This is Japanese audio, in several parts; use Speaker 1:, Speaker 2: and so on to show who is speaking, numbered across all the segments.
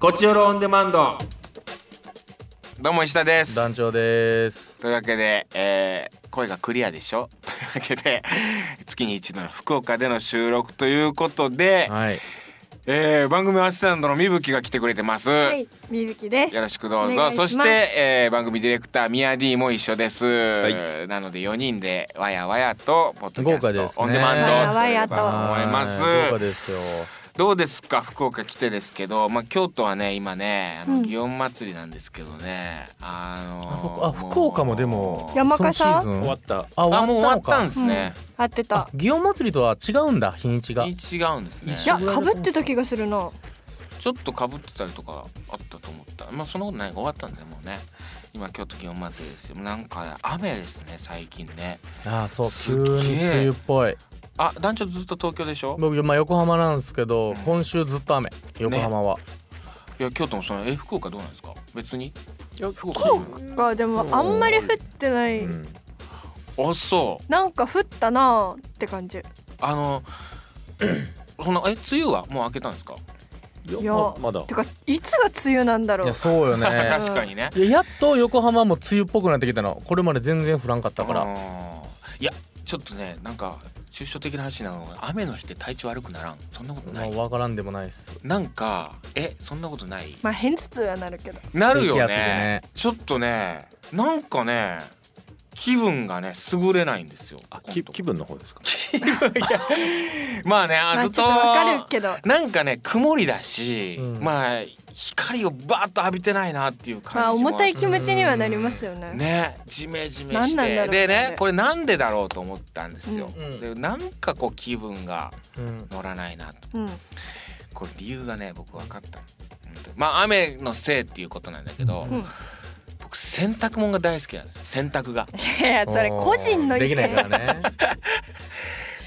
Speaker 1: こちよろオンデマンド。
Speaker 2: どうも石田です
Speaker 3: 団長です
Speaker 2: というわけで、えー声がクリアでしょ というわけで月に一度の福岡での収録ということで、
Speaker 3: はい
Speaker 2: えー番組アシスタントのみぶきが来てくれてます、
Speaker 4: はい、みぶきです。
Speaker 2: よろしくどう
Speaker 4: お
Speaker 2: ぞ
Speaker 4: 願い
Speaker 2: そ
Speaker 4: ま
Speaker 2: し
Speaker 4: す
Speaker 2: て、えー番組ディレクターミヤ D も一緒です、なので4人でわやわやとポッドキャ
Speaker 3: 豪華で
Speaker 2: ス
Speaker 3: すね
Speaker 2: トオンデマンド
Speaker 4: わやわやと
Speaker 2: と思います
Speaker 3: はい豪華ですよ
Speaker 2: どうですか福岡来てですけど、まあ、京都はね今ねあ
Speaker 4: う
Speaker 2: の
Speaker 4: ん
Speaker 2: 祇園祭りなんですけどね、あのー
Speaker 3: あそっかあ福岡もでも
Speaker 4: 山笠
Speaker 3: そのシーズン
Speaker 5: 終わった
Speaker 3: あ
Speaker 2: あもう終わ
Speaker 3: の
Speaker 2: っ
Speaker 3: か
Speaker 2: たんですね、
Speaker 4: 合ってた。
Speaker 3: 祇園祭りとは違うんだ日にちが
Speaker 2: 違うんですね
Speaker 3: 一
Speaker 4: いや、かぶってた気がするな。
Speaker 2: ちょっとかぶってたりとかあったと思ったまあそんなことない終わったんでもうね今京都祇園祭りですよなんか雨ですね最近ね
Speaker 3: あそう
Speaker 2: す
Speaker 3: 急
Speaker 2: っげえ
Speaker 3: に梅雨っぽい
Speaker 2: あ団長ずっと東京でしょ
Speaker 3: 僕まあ横浜なんですけど今週ずっと雨横浜は、
Speaker 2: いや京都もそのえ福岡どうなんですか別に福岡
Speaker 4: が、でも、あんまり降ってない。
Speaker 3: うん
Speaker 2: あそう
Speaker 4: なんか降ったなーって感じ。
Speaker 2: あの そのえ梅雨はもう明けたんですか
Speaker 5: い
Speaker 4: いや
Speaker 5: ままだ
Speaker 4: てか、いつが梅雨なんだろ
Speaker 3: いうや。そうよね
Speaker 2: 確かにね
Speaker 3: いややっと横浜も梅雨っぽくなってきたのこれまで全然降らんかったから
Speaker 2: らいやちょっとねなんか抽象的な話なのが雨の日って体調悪くならんそんなこと
Speaker 3: まあ
Speaker 2: ない
Speaker 3: 分からんでもないっす
Speaker 2: なんかえそんなことない
Speaker 4: まあ、偏頭痛はなるけど。
Speaker 2: なるよ
Speaker 3: 低気
Speaker 2: ね
Speaker 3: 圧でね
Speaker 2: ちょっとねなんかね気分がね優れないんですよ
Speaker 5: あき気分の方ですか
Speaker 2: まあね
Speaker 4: ま
Speaker 2: あず
Speaker 4: あ、
Speaker 2: っ
Speaker 4: ち
Speaker 2: と
Speaker 4: ょっとわかるけど。
Speaker 2: なんかね曇りだし、
Speaker 3: うん
Speaker 2: まあ光をバーッと浴びてないなっていう
Speaker 4: まあ、
Speaker 2: 感じも
Speaker 4: 重たい気持ちにはなりますよね。
Speaker 2: ねジメジメし
Speaker 4: なんなんだろ
Speaker 2: て
Speaker 4: う
Speaker 2: で
Speaker 4: こ
Speaker 2: ね
Speaker 4: れ
Speaker 2: これなんでだろうと思ったんですよ、
Speaker 3: うんうん
Speaker 2: でなんかこう気分が
Speaker 3: うん
Speaker 2: 乗らないなと
Speaker 4: うん、
Speaker 2: これ理由がね僕分かった本当にまあ雨のせいっていうことなんだけど、
Speaker 4: うん。い
Speaker 2: 僕洗濯物が大好きなんですよ洗濯が
Speaker 4: や、それ個人の意
Speaker 3: できないか
Speaker 4: 見。
Speaker 3: らね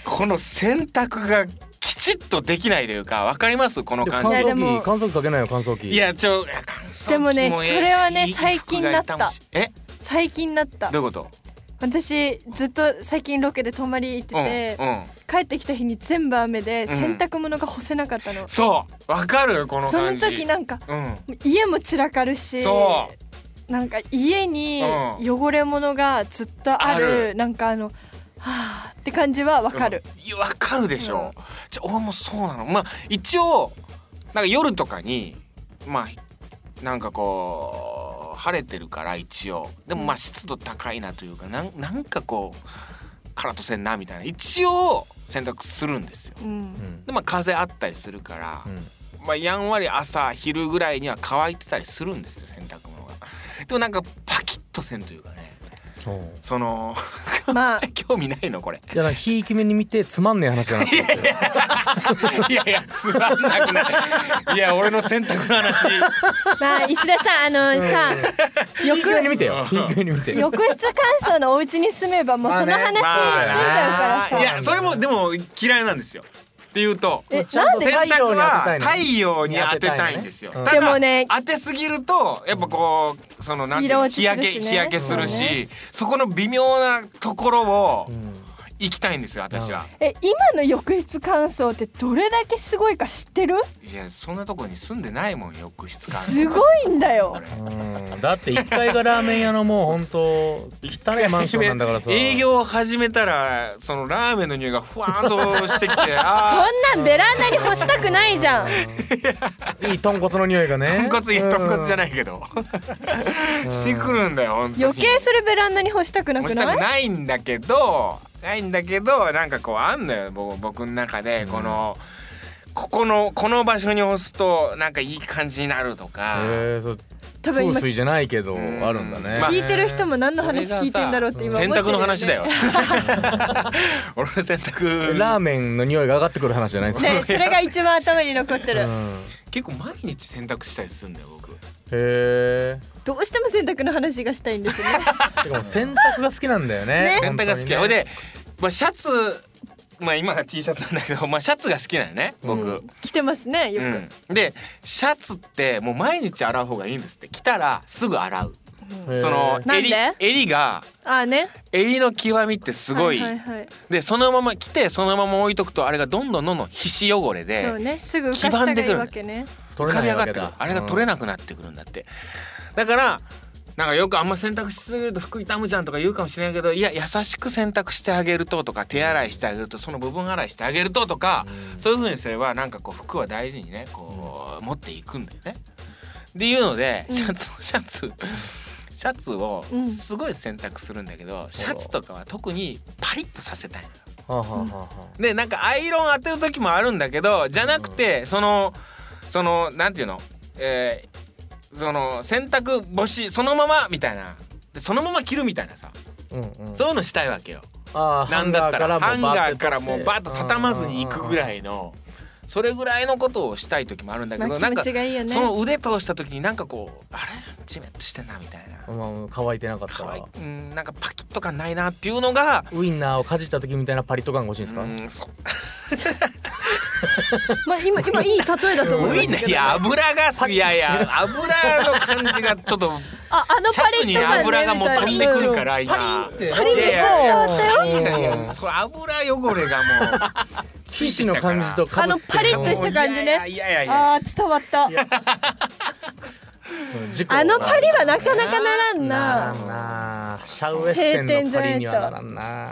Speaker 2: この選択がきちっとできないというかわかりますこ の
Speaker 3: でも乾
Speaker 2: 感
Speaker 4: いやで
Speaker 3: 燥
Speaker 4: も
Speaker 3: 機乾燥機かけないよ乾燥機
Speaker 2: じいやちょいや乾燥機
Speaker 4: でもね
Speaker 2: いい
Speaker 4: それはね
Speaker 2: いい服
Speaker 4: 最近
Speaker 2: が
Speaker 4: なっ
Speaker 2: 痛む
Speaker 4: た
Speaker 2: しえ
Speaker 4: 最近なった
Speaker 2: どういうこと
Speaker 4: 私ずっと最近ロケで泊まり行って
Speaker 2: うん
Speaker 4: て、
Speaker 2: うん
Speaker 4: 帰ってきた日に全部雨で
Speaker 2: うん
Speaker 4: 洗濯物が干せなかったの、
Speaker 2: そうわかるこの
Speaker 4: その
Speaker 2: 感じ
Speaker 4: 時なんか
Speaker 2: うん
Speaker 4: 家も散らかるし
Speaker 2: そ
Speaker 4: なんか家に
Speaker 2: う
Speaker 4: 汚れ物がずっとあ
Speaker 2: あ
Speaker 4: る、
Speaker 2: る
Speaker 4: なんかあのはあって感じはわかる、
Speaker 2: うんいやわかるでしょじゃ俺もそうなのまあ一応なんか夜とかにまあなんかこう晴れてるから一応でもまあ湿度高いなというかなんなんかこうカラッとせんなみたいな一応洗濯するんですよ
Speaker 4: うん
Speaker 3: うん
Speaker 2: でまあ風あったりするから、
Speaker 3: うん
Speaker 2: まあやんわり朝昼ぐらいには乾いてたりするんですよ洗濯物がでもなんかパキッとせんというかね
Speaker 3: おう
Speaker 2: その
Speaker 4: まあ
Speaker 2: 興味ないのこれ
Speaker 3: いやなんかひいき目に見てつまんねえ話だなって思って
Speaker 2: いやいやつまんなく ないいや俺の洗濯の話
Speaker 4: まあ石田さんあのさ
Speaker 3: ひいき目に見てよひいき目に見て
Speaker 4: 浴室乾燥のお家に住めばもうその話済んじゃうからさ、
Speaker 2: いやそれもでも嫌いなんですよっていうと
Speaker 4: え
Speaker 3: ちゃんと
Speaker 2: 洗
Speaker 3: 太
Speaker 2: 濯
Speaker 3: 陽に当てたの
Speaker 2: はい太陽に当てたいんですよ
Speaker 3: うん
Speaker 2: ただ
Speaker 4: でもね
Speaker 2: 当てすぎるとやっぱこうそのなんていうの日
Speaker 4: 色落ちする
Speaker 2: 焼
Speaker 4: し
Speaker 2: け
Speaker 4: ね
Speaker 2: 日焼けする
Speaker 4: そう
Speaker 2: し
Speaker 4: ね
Speaker 2: そこの微妙なところを
Speaker 3: うん
Speaker 2: 行きたいんですよ私は
Speaker 4: え今の浴室乾燥ってどれだけすごいか知ってる
Speaker 2: いやそんなとこに住んでないもん浴室から
Speaker 4: すごいんだよ
Speaker 2: 俺
Speaker 3: うんだって1階がラーメン屋のもう本当汚いマンションなんだからさ
Speaker 2: 営業を始めたらそのラーメンの匂いがふわーっとしてき て
Speaker 4: そ
Speaker 2: あ
Speaker 4: んなんベランダに干したくないじゃん
Speaker 3: いい豚骨の匂いがね
Speaker 2: ー豚骨いや豚骨じゃ
Speaker 3: ない
Speaker 2: ないけどしてくるんだよ本当に
Speaker 4: 余計それベランダに干したくな
Speaker 2: もう
Speaker 4: く
Speaker 2: し
Speaker 4: な
Speaker 2: た
Speaker 4: い
Speaker 2: くないんだけどないんだけどなんかこうあんのよ僕僕の中でこの、ここのこの場所に押すとなんかいい感じになるとか、
Speaker 3: えーそう
Speaker 4: 多分今
Speaker 3: 風水じゃないけど
Speaker 2: ん
Speaker 3: あるんだね
Speaker 2: まあ
Speaker 4: 聞いてる人も何の話
Speaker 2: それがさ
Speaker 4: 聞いてんだろうって今思って
Speaker 2: 洗
Speaker 4: る
Speaker 2: 濯の
Speaker 4: よ、ね、
Speaker 2: 話だよ 俺の洗濯
Speaker 3: ラーメンの匂いが上がってくる話じゃないですか
Speaker 4: ねそれが一番頭に残ってる
Speaker 3: うん
Speaker 2: 結構毎日洗濯したりするんだよ僕
Speaker 3: へえ
Speaker 4: どうしても洗濯の話がしたいんですね
Speaker 3: てかもう洗濯が好きなんだよね
Speaker 2: 洗濯が好き
Speaker 3: 本当
Speaker 2: ほ
Speaker 3: に
Speaker 2: い
Speaker 3: ね
Speaker 2: で、まあ、シャツまあ今が T シャツなんだけど、まあ、シャツが好きなのね僕、
Speaker 4: うん来てますねよく、
Speaker 2: うんでシャツってもう毎日洗う方がいいんですって着たらすぐ洗う
Speaker 3: へー
Speaker 2: その
Speaker 4: なん
Speaker 2: 襟
Speaker 4: で
Speaker 2: 襟が
Speaker 4: ああね
Speaker 2: 襟の極みってすごい,、
Speaker 4: はいはいはい
Speaker 2: でそのまま着てそのまま置いとくとあれがどんどんどんどん皮脂汚れで
Speaker 4: そうねすぐ浮かしたがいいわけね
Speaker 5: 取
Speaker 2: 浮
Speaker 5: れ
Speaker 2: か
Speaker 5: な
Speaker 2: び上がって
Speaker 5: いわけ
Speaker 2: くる
Speaker 5: だ
Speaker 2: あれが取れなくなってくるんだって、だからなんかよくあんま洗濯しすぎると服傷むじゃんとか言うかもしれないけどいや優しく洗濯してあげるととか手洗いしてあげるとその部分洗いしてあげるととか、
Speaker 5: うん
Speaker 2: そういうふうにすればなんかこう服は大事にねこう持っていくんだよね。っていうので
Speaker 4: うん
Speaker 2: シャツ、 シャツシャツを
Speaker 4: うん
Speaker 2: すごい洗濯するんだけど、シャツとかは特にパリッとさせたいのよ
Speaker 5: はあはあはあはあ
Speaker 2: でなんかアイロン当てる時もあるんだけどじゃなくてそのそのなんていうの、えーその洗濯干しそのままみたいなでそのまま着るみたいなさ、
Speaker 5: うんうん
Speaker 2: そういうのしたいわけよ。
Speaker 5: ああ
Speaker 2: なんだったらハ
Speaker 5: ハ
Speaker 2: ン
Speaker 5: ン
Speaker 2: ガ
Speaker 5: ガ
Speaker 2: ー
Speaker 5: ー
Speaker 2: か
Speaker 5: からら
Speaker 2: も
Speaker 5: も
Speaker 2: う
Speaker 5: う
Speaker 2: バッ
Speaker 5: バッ
Speaker 2: と
Speaker 5: と
Speaker 2: 畳まずに行くぐら
Speaker 5: い
Speaker 2: いのそれぐらいのことをしたい時もあるんだけ
Speaker 4: ま
Speaker 2: ど
Speaker 4: あ、
Speaker 2: な
Speaker 4: 気
Speaker 2: ん
Speaker 4: 持
Speaker 2: か
Speaker 4: ちがいいよね
Speaker 2: その腕通した時になんかこうあれジメッとしてんなみたいな
Speaker 5: 乾いてなかった
Speaker 2: 可愛い
Speaker 5: ら
Speaker 2: うんなんかパキッと感ないなっていうのが
Speaker 5: ウインナーをかじった時みたいなパリッと感が欲しいんですか
Speaker 2: うんそう
Speaker 4: まあ、今今いい例えだと思
Speaker 2: ウ
Speaker 4: いま
Speaker 2: イン
Speaker 4: す
Speaker 2: ナー
Speaker 4: け
Speaker 2: い
Speaker 4: ど
Speaker 2: や油がすいやいや油の感じがちょ っと
Speaker 4: ああの
Speaker 2: シ
Speaker 4: パ
Speaker 2: ャツに
Speaker 4: リッと感ね
Speaker 2: 油がもう飛ん
Speaker 4: み
Speaker 2: で
Speaker 4: たい
Speaker 2: くる
Speaker 4: な
Speaker 2: から今
Speaker 5: パリンって
Speaker 4: パリめっちゃ伝わったよ
Speaker 2: いやいやそれ油汚れがもう
Speaker 5: 皮脂の感じとかぶって
Speaker 4: あのパリッとした感じね
Speaker 2: もういやいやいやいや
Speaker 4: あー伝わったあのパリはなかなかならん
Speaker 5: な
Speaker 4: な
Speaker 5: らんなシャウエッセンのパリにはならんな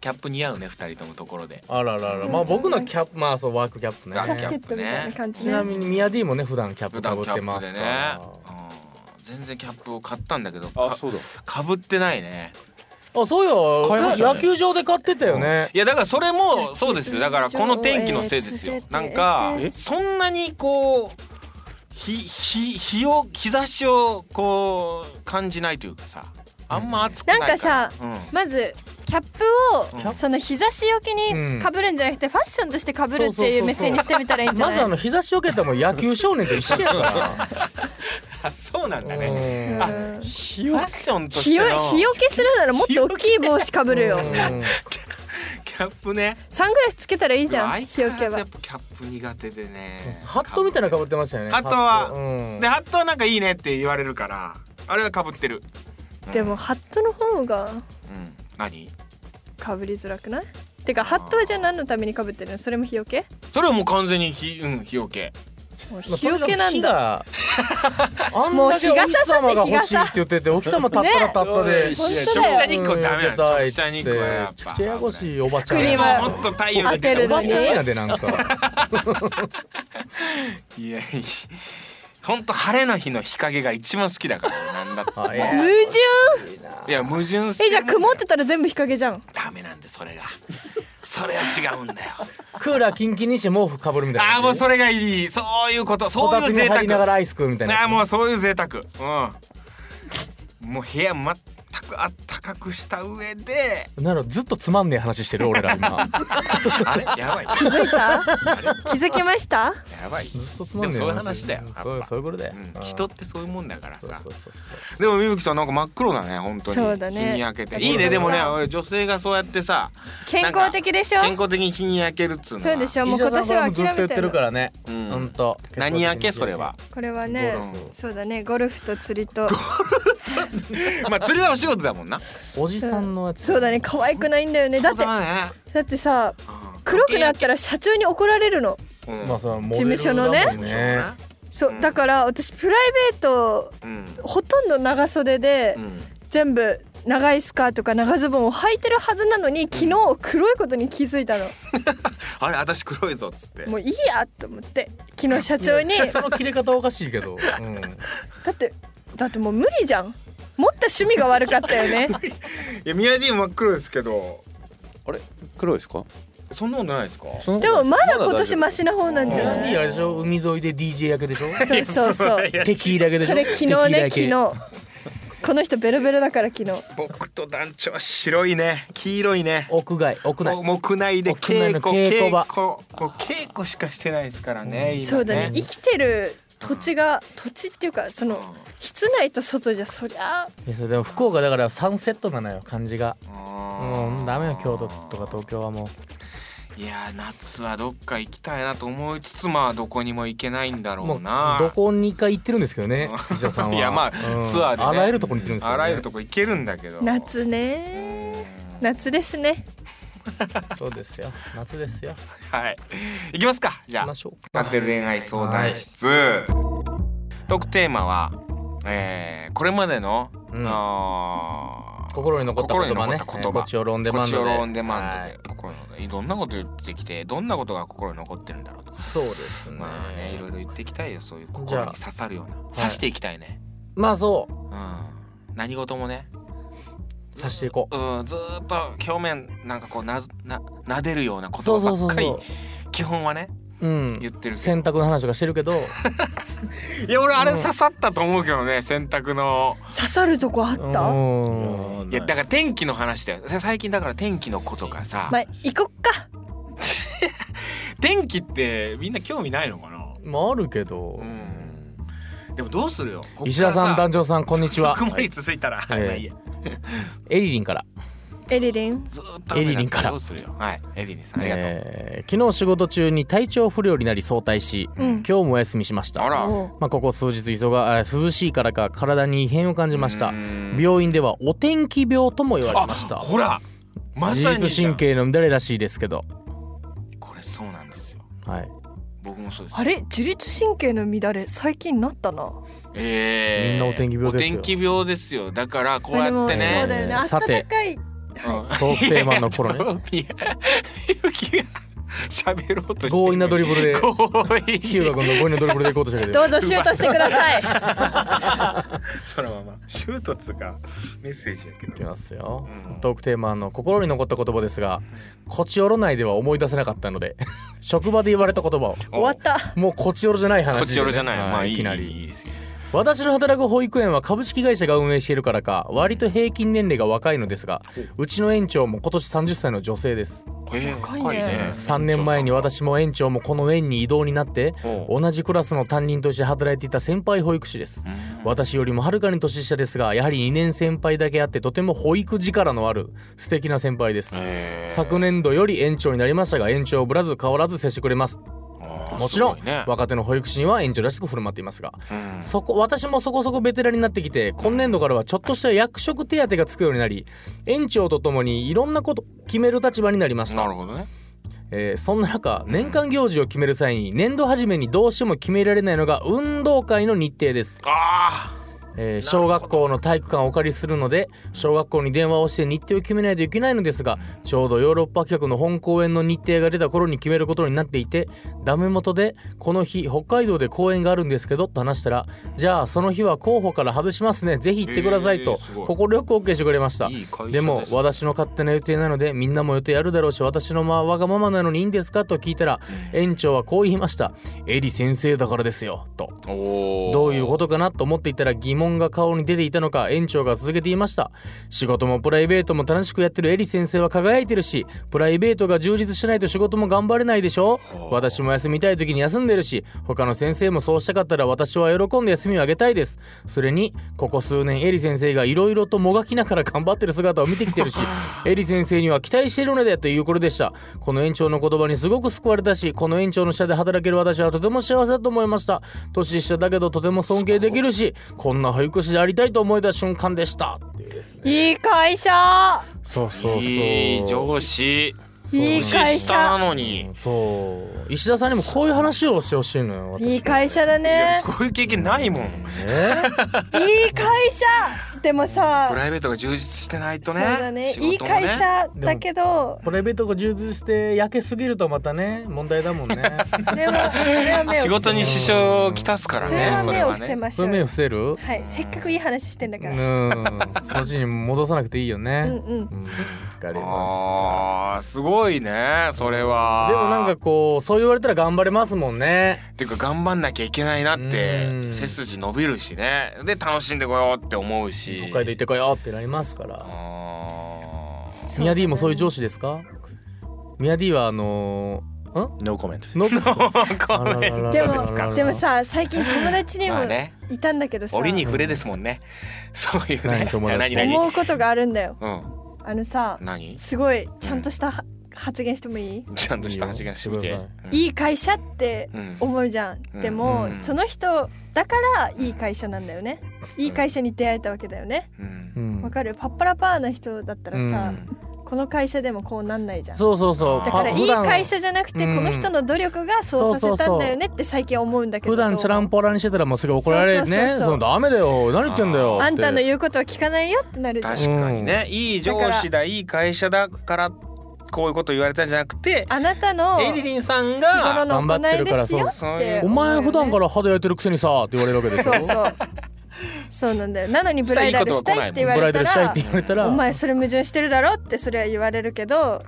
Speaker 2: キャップ似合うね二人ともところで
Speaker 5: あらららまあ僕のキャップまあそうワークキャップね
Speaker 2: ワー
Speaker 4: キャ
Speaker 2: ク
Speaker 4: スケットみたいな感じ
Speaker 5: ち
Speaker 4: ね
Speaker 5: なみにミヤディもね普段キャップ
Speaker 2: 普
Speaker 5: か
Speaker 2: 段
Speaker 5: ぶ
Speaker 2: キ
Speaker 5: っ
Speaker 2: ャ
Speaker 5: て
Speaker 2: ッ
Speaker 5: ま
Speaker 2: プですね
Speaker 5: か、ら
Speaker 2: うん全然キャップを買ったんだけど
Speaker 1: あ
Speaker 2: か
Speaker 1: そうだ
Speaker 2: かぶってないね
Speaker 5: あそうよ
Speaker 1: 買いましたね
Speaker 5: 野球場で買ってたよね
Speaker 2: いやだからそれもそうですよだからこの天気のせいですよ
Speaker 4: え
Speaker 2: なんか
Speaker 1: え
Speaker 2: そんなにこう日日日を日差しをこう感じないというかさあんま暑くないから
Speaker 4: なんかさ
Speaker 2: うん
Speaker 4: まずキャップ
Speaker 2: キャッ
Speaker 4: をその日差しよけにかぶるんじゃなくてファッションとしてかぶるっていう目線にしてみたらいいんじゃ
Speaker 5: まずあ
Speaker 4: ない
Speaker 5: の日差しよけても野球少年と一緒やか
Speaker 2: あそうなんだ
Speaker 5: ら
Speaker 2: ね
Speaker 5: うん
Speaker 4: うん
Speaker 2: 日ファッションとし
Speaker 4: 日
Speaker 2: て
Speaker 4: よ
Speaker 2: の
Speaker 4: 日よけするならもっと大きい帽子かぶるよ
Speaker 5: うん
Speaker 2: キャップね
Speaker 4: サングラスつけたらいいじ
Speaker 2: うわ
Speaker 4: ゃん
Speaker 2: 相
Speaker 4: 日
Speaker 2: 変
Speaker 4: よ
Speaker 2: わ
Speaker 4: け
Speaker 2: らず
Speaker 4: は
Speaker 2: やっぱキャップ苦手でね
Speaker 5: ハットみたいなの被ってましたよね
Speaker 2: ハットは
Speaker 5: うん
Speaker 2: でハットはなんかいいねって言われるからあれはかぶってるうん
Speaker 4: でもハットの方が
Speaker 2: うん何
Speaker 4: かぶりづらくないてかハットはじゃあ何のためにかぶってるのそれも日よけ
Speaker 2: それはもう完全に日うん日よけ
Speaker 4: もう
Speaker 5: まあ
Speaker 4: 日よけなんだ
Speaker 5: 日があん
Speaker 4: もう
Speaker 5: だ
Speaker 4: 日
Speaker 5: け
Speaker 4: 傘
Speaker 5: お日様が欲しい
Speaker 4: さ
Speaker 5: って言っててお日様たったらたったで、
Speaker 4: 本
Speaker 2: いや
Speaker 4: 当
Speaker 2: 直
Speaker 4: だよ
Speaker 2: 射日光ダメなの直射日光はやっぱ
Speaker 5: ちやこしいおばちゃん
Speaker 4: クリー
Speaker 5: や
Speaker 4: ム
Speaker 2: もうもっと太陽
Speaker 4: 当てる
Speaker 5: おば
Speaker 4: の
Speaker 5: ちゃんやでなんか
Speaker 2: いやいやほんと晴れの日の日陰が一番好きだからなんだって
Speaker 5: あいや
Speaker 4: 矛盾
Speaker 2: いや矛盾する
Speaker 4: えじゃあ曇ってたら全部日陰じゃん
Speaker 2: ダメなんでそれがそれは違 うんだよ
Speaker 5: クーラーキンキンにして毛布かぶるみたいな
Speaker 2: ああもう
Speaker 5: れ
Speaker 2: それがいいそういうこと
Speaker 5: こ
Speaker 2: そう
Speaker 5: た
Speaker 2: いう
Speaker 5: つに
Speaker 2: 贅
Speaker 5: 入
Speaker 2: 沢
Speaker 5: りながらアイス食うみたいな
Speaker 2: ああもうそういう贅沢うんもう部屋全くあったかくした上で
Speaker 5: なんだろうずっとつまんねえ話してる俺ら 今
Speaker 2: あれやばい
Speaker 4: 気づいた気づきました
Speaker 2: やばい、
Speaker 5: ずっとつまんねえ
Speaker 2: でもそういう話だよ
Speaker 5: そうそういうことだよ
Speaker 2: うん
Speaker 5: うん
Speaker 2: 人ってそういうもんだからさ
Speaker 5: そうそうそうそう
Speaker 2: でもみぶきさんなんか真っ黒だね本当に
Speaker 4: そうだね
Speaker 2: 日に焼けて
Speaker 4: だから
Speaker 2: いいねでもね
Speaker 4: そうだ
Speaker 2: 俺女性がそうやってさ
Speaker 4: 健康的でしょ
Speaker 2: 健康的に日に焼けるっつうのは
Speaker 4: そうでしょも
Speaker 5: 飯
Speaker 4: う
Speaker 5: 田
Speaker 4: 今
Speaker 5: さん
Speaker 4: 年
Speaker 5: これ
Speaker 4: は
Speaker 5: もずっと言
Speaker 4: 諦め
Speaker 5: ってて
Speaker 4: る
Speaker 5: るからね
Speaker 2: うん
Speaker 5: ほんと
Speaker 2: 何焼けそれ は
Speaker 4: これはね
Speaker 5: ゴルフ
Speaker 4: そうだねゴルフと釣りと
Speaker 2: まあ釣りはお仕事だもんな
Speaker 5: おじさんのやつ
Speaker 4: そうだね可愛くないんだよねだって
Speaker 2: そうだね
Speaker 4: だってさ
Speaker 2: うん
Speaker 4: 黒くなったら社長に怒られるの
Speaker 2: うん
Speaker 5: まあさモ
Speaker 4: 事
Speaker 5: デ
Speaker 4: 務
Speaker 5: ルだ
Speaker 4: 所の
Speaker 5: もん
Speaker 4: ね
Speaker 5: ね
Speaker 4: そう、だから私プライベート
Speaker 2: うん
Speaker 4: ほとんど長袖で、
Speaker 2: うん
Speaker 4: 全部長いスカートか長ズボンを履いてるはずなのに昨日黒いことに気づいたの
Speaker 2: あれ私黒いぞっつって
Speaker 4: もういいやと思って昨日社長に
Speaker 5: いやその切れ方おかしいけど、うん、
Speaker 4: だってだってもう無理じゃん持った趣味が悪かったよね
Speaker 2: いや宮ディ真っ黒ですけど
Speaker 1: あれ黒いですか
Speaker 2: そんなことないですか
Speaker 1: その
Speaker 4: でもまだ今年マ
Speaker 1: シ
Speaker 4: シな方なんじゃ
Speaker 2: う
Speaker 4: ない
Speaker 5: あれでしょ海沿いで DJ 焼けでしょ
Speaker 4: そうそうそう
Speaker 5: テキーラ焼けでし
Speaker 4: そ
Speaker 5: ょ
Speaker 4: れ昨日ね昨日この人ベロベロだから昨日
Speaker 2: 僕と団長は白いね黄色いね
Speaker 5: 屋外屋内
Speaker 2: お木内で
Speaker 5: 屋内
Speaker 2: 稽古稽
Speaker 5: の稽古
Speaker 2: 古
Speaker 5: 場
Speaker 2: もう稽古しかしてないですからね、今
Speaker 4: そうだね生きてる土地が土地っていうかその室内と外じゃそりゃ
Speaker 5: いやそれでも福岡だからサンセットなのよ感じが
Speaker 2: うん
Speaker 5: もうダメよ京都とか東京はも
Speaker 2: いやー夏はどっか行きたいなと思いつつまあどこにも行けないんだろ
Speaker 5: う
Speaker 2: う
Speaker 5: もう
Speaker 2: な
Speaker 5: どこにか行ってるんですけ どね石田さんは
Speaker 2: いやまあ、
Speaker 5: うん
Speaker 2: ツアーで、ね、
Speaker 5: あらゆるとこに行ってるんですけど、ね、
Speaker 2: あらゆるとこ行けるんだけど
Speaker 4: 夏
Speaker 2: う
Speaker 4: ね
Speaker 2: ん
Speaker 4: 夏ですね
Speaker 5: そうですよ。夏ですよ。
Speaker 2: はいいきますかじゃ
Speaker 5: 行
Speaker 2: あ
Speaker 5: きましょう
Speaker 2: な
Speaker 5: か。
Speaker 2: ってる恋愛相談室トークテーマは、えーこれまでの、
Speaker 5: うん
Speaker 2: あー
Speaker 5: 心に残った言葉
Speaker 2: 心に
Speaker 5: ね。
Speaker 2: 残った言葉
Speaker 5: こっちをロンデ
Speaker 2: こ
Speaker 5: マ
Speaker 2: っ
Speaker 5: ン
Speaker 2: ち
Speaker 5: ド
Speaker 2: を
Speaker 5: で。
Speaker 2: ローンデマンド
Speaker 5: はい
Speaker 2: で心に残ったどんなこと言ってきてどんなことが心に残ってるんだろうと
Speaker 5: そうですね。
Speaker 2: まあねいろいろ言っていきたいよそういう心に刺さるような
Speaker 5: あ
Speaker 2: 刺していきたいね、
Speaker 5: まあそう。
Speaker 2: うん何事もね
Speaker 5: さしていこう。
Speaker 2: うんずーっと表面なんかこうなずななでるような言
Speaker 5: そうそ
Speaker 2: 葉
Speaker 5: う
Speaker 2: ばっ
Speaker 5: そう
Speaker 2: かり
Speaker 5: そ
Speaker 2: 基本はね
Speaker 5: う。うん
Speaker 2: 言。ってるけ
Speaker 5: 洗濯の話とかしてるけど、
Speaker 2: どいや俺あれ刺さったと思うけどね洗濯の
Speaker 4: 刺さるとこあっ
Speaker 5: う
Speaker 4: た、
Speaker 5: ん。
Speaker 2: いやだから天気の話だよさ最近だから天気のことがさ
Speaker 4: まあ行こっか
Speaker 2: 天気ってみんな興味ないのかな
Speaker 5: まああるけど
Speaker 2: う、んでもどうするよこっから
Speaker 5: 石田さん団長さんこんにちは
Speaker 2: 曇り続いたら、はい
Speaker 5: ええ
Speaker 2: まあいいや
Speaker 5: エリリンから、
Speaker 4: エリリン
Speaker 2: ずーっと雨だった
Speaker 5: エリリンから
Speaker 2: どうするよはいエリリンさんありがとう、
Speaker 5: えー昨日仕事中に体調不良になり早退し、
Speaker 4: うん
Speaker 5: 今日もお休みしました
Speaker 2: あら
Speaker 4: おう
Speaker 5: まあ、ここ数日忙があ涼しいからか体に異変を感じました
Speaker 2: うん
Speaker 5: 病院ではお天気病とも言われました
Speaker 2: あほらま
Speaker 5: 自
Speaker 2: さに
Speaker 5: 律
Speaker 2: じゃん
Speaker 5: 神経の乱れらしいですけど、
Speaker 2: これそうなんですよ
Speaker 5: はい、
Speaker 2: 僕もそうです
Speaker 4: あれ自律神経の乱れ最近なったな
Speaker 2: えー
Speaker 5: みんなお天気病ですよ
Speaker 2: お天気病ですよだからこうやって
Speaker 4: でもそう
Speaker 2: ね
Speaker 4: だよね
Speaker 5: えーさて
Speaker 4: 暖かい
Speaker 2: うん
Speaker 5: トークテーマの頃ね
Speaker 2: いやちょっといやゆきが喋ろうとして
Speaker 5: 強引なドリブルで
Speaker 2: 強引
Speaker 5: ヒューガ君の強引なドリブルでいこうとしたけど
Speaker 4: どうぞシュートしてく ださい
Speaker 2: そのままシュートっつうかメッセージやけ
Speaker 5: いきますよ、
Speaker 2: うん
Speaker 5: トークテーマの心に残った言葉ですが「こちおろ内」では思い出せなかったので 職場で言われた言葉を
Speaker 4: 終わった
Speaker 5: もうこちおろじゃない話でね、
Speaker 2: こっち寄るじゃない、
Speaker 5: は
Speaker 2: まあいい
Speaker 5: きなり
Speaker 2: いいですいいです
Speaker 5: 私の働く保育園は株式会社が運営しているからか割と平均年齢が若いのですがうちの園長も今年30歳の女性です、
Speaker 2: えー
Speaker 4: 若いね
Speaker 2: 若いね
Speaker 5: 3年前に私も園長もこの園に異動になって
Speaker 2: お
Speaker 5: 同じクラスの担任として働いていた先輩保育士です私よりもはるかに年下ですがやはり2年先輩だけあってとても保育力のある素敵な先輩です昨年度より園長になりましたが園長をぶらず変わらず接してくれますもちろん、若手の保育士には園長らしく振る舞っていますがそこ私もそこそこベテランになってきて今年度からはちょっとした役職手当がつくようになり園長とともにいろんなこと決める立場になりまし
Speaker 2: なる
Speaker 5: た、
Speaker 2: ほどね
Speaker 5: えーそんな中年間行事を決める際に年度初めにどうしても決められないのが運動会の日程です、
Speaker 2: あ
Speaker 5: えー小学校の体育館をお借りするので小学校に電話をして日程を決めないといけないのですがちょうどヨーロッパ企画の本公演の日程が出た頃に決めることになっていてダメ元で「この日北海道で公演があるんですけど」と話したら「じゃあその日は候補から外しますねぜひ行ってください」
Speaker 2: え
Speaker 5: と
Speaker 2: ーすごい
Speaker 5: 快く OK してくれました
Speaker 2: あいい会社す
Speaker 5: でも私の勝手な予定なのでみんなも予定あるだろうし私のまあわがままなのにいいんですかと聞いたら園長はこう言いました「エリ先生だからですよ」と。
Speaker 2: おー
Speaker 5: どういうことかなと思っていたら疑問が顔に出ていたのか園長が続けていました仕事もプライベートも楽しくやってるエリ先生は輝いてるしプライベートが充実しないと仕事も頑張れないでしょ私も休みたい時に休んでるし他の先生もそうしたかったら私は喜んで休みをあげたいですそれにここ数年エリ先生がいろいろともがきながら頑張ってる姿を見てき てるしエリ先生には期待しているのでということでしたこの園長の言葉にすごく救われたしこの園長の下で働ける私はとても幸せだと思いました年下だけどとても尊敬できるしこんな保育士でありたいと思えた瞬間でしたっていうですね
Speaker 4: いい会社
Speaker 5: そうそうそう
Speaker 2: いい上司
Speaker 4: いい会
Speaker 2: 年下な
Speaker 4: 社
Speaker 2: のに
Speaker 5: そう石田さんにもこういう話をしてほしいのよ私
Speaker 4: いい会社だね
Speaker 2: こういう経験ない もん
Speaker 5: え
Speaker 4: いい会社でもさ
Speaker 2: プライベートが充実してないと
Speaker 4: そう
Speaker 2: ね
Speaker 4: だね
Speaker 2: 仕
Speaker 4: いい
Speaker 2: 事もね
Speaker 4: 会社だけど
Speaker 5: プライベートが充実して焼けすぎるとまたね問題だもん ね
Speaker 4: それはそれは目を
Speaker 2: 仕事に支障をきたすからね
Speaker 4: それは目
Speaker 2: そ
Speaker 4: を伏
Speaker 2: れ
Speaker 4: せ
Speaker 2: はね
Speaker 4: まし
Speaker 5: そ
Speaker 4: ょ
Speaker 5: れ目を
Speaker 4: う
Speaker 5: 伏せる
Speaker 4: はいせっかくいい話してんだ
Speaker 5: う
Speaker 4: から
Speaker 5: んそっちに戻さなくていいよ
Speaker 4: う
Speaker 5: ね
Speaker 4: んうん
Speaker 5: うん疲れましたでも
Speaker 2: あーすごいねそれは
Speaker 5: なんかこうそう言われたら頑張れますもんね
Speaker 2: っていうか頑張んなきゃいけないなっ
Speaker 5: う
Speaker 2: て
Speaker 5: ん
Speaker 2: 背筋伸びるしねで楽しんでこようって思うし
Speaker 5: 北海道行ってこようってなりますから
Speaker 2: あー
Speaker 5: ミヤ D もそういう上司ですかミヤ D はあのーん
Speaker 1: ノーコメントです
Speaker 5: の
Speaker 2: ごめん
Speaker 4: でもでもさ最近友達に
Speaker 2: ま
Speaker 4: も
Speaker 2: あね
Speaker 4: いたんだけどさ
Speaker 2: 折に触れですもんねそういうね
Speaker 5: 何友達
Speaker 2: 何
Speaker 4: 思うことがあるんだよ
Speaker 2: 々
Speaker 4: あのさ
Speaker 2: うん何
Speaker 4: すごいちゃんとしたは発言してもいい
Speaker 2: ちゃんとした発言してみ
Speaker 5: いい
Speaker 2: て
Speaker 5: よ
Speaker 4: いい会社って
Speaker 2: うん
Speaker 4: 思うじゃん、
Speaker 2: うん
Speaker 4: でも、
Speaker 2: うん
Speaker 4: その人だからいい会社なんだよねいい会社に出会えたわけだよね
Speaker 2: うん
Speaker 5: うん
Speaker 4: わ、かるパッパラパーな人だったらさ、
Speaker 5: うん
Speaker 4: この会社でもこうなんないじゃん
Speaker 5: そうそうそう
Speaker 4: だか
Speaker 5: パ
Speaker 4: らい
Speaker 5: 普
Speaker 4: い
Speaker 5: 段
Speaker 4: 会社じゃなくて
Speaker 5: うん
Speaker 4: この人の努力がそうさせたんだよねって最近思うんだけど
Speaker 5: 普段チャランポランにしてたらもうすぐ怒られる
Speaker 4: そうそう
Speaker 5: ね
Speaker 4: そうそう
Speaker 5: そのダメだよ何言ってんだよ
Speaker 4: あんた
Speaker 5: っ
Speaker 4: の
Speaker 5: て
Speaker 4: 言うことは聞かないよってなるじゃん
Speaker 2: 確かにね、いい上司だいい会社だからこういうこと言われたんじゃなくて
Speaker 4: あなたの
Speaker 2: エリリンさん
Speaker 4: 日
Speaker 2: が
Speaker 4: 頃の行いですよ
Speaker 2: 頑張
Speaker 4: っ
Speaker 2: ってる
Speaker 4: て
Speaker 2: から
Speaker 5: お前普段からら肌焼いてるくせにさって言われるわけですよ
Speaker 4: そうそうそうなんだよなのにブライダルしたいって言わ
Speaker 5: ブラ
Speaker 4: れ
Speaker 5: イダ
Speaker 4: た
Speaker 5: ルしたいっ
Speaker 4: ら
Speaker 5: て言われた
Speaker 4: お
Speaker 5: ら
Speaker 4: 前それ矛盾してるだろってそれは言われるけど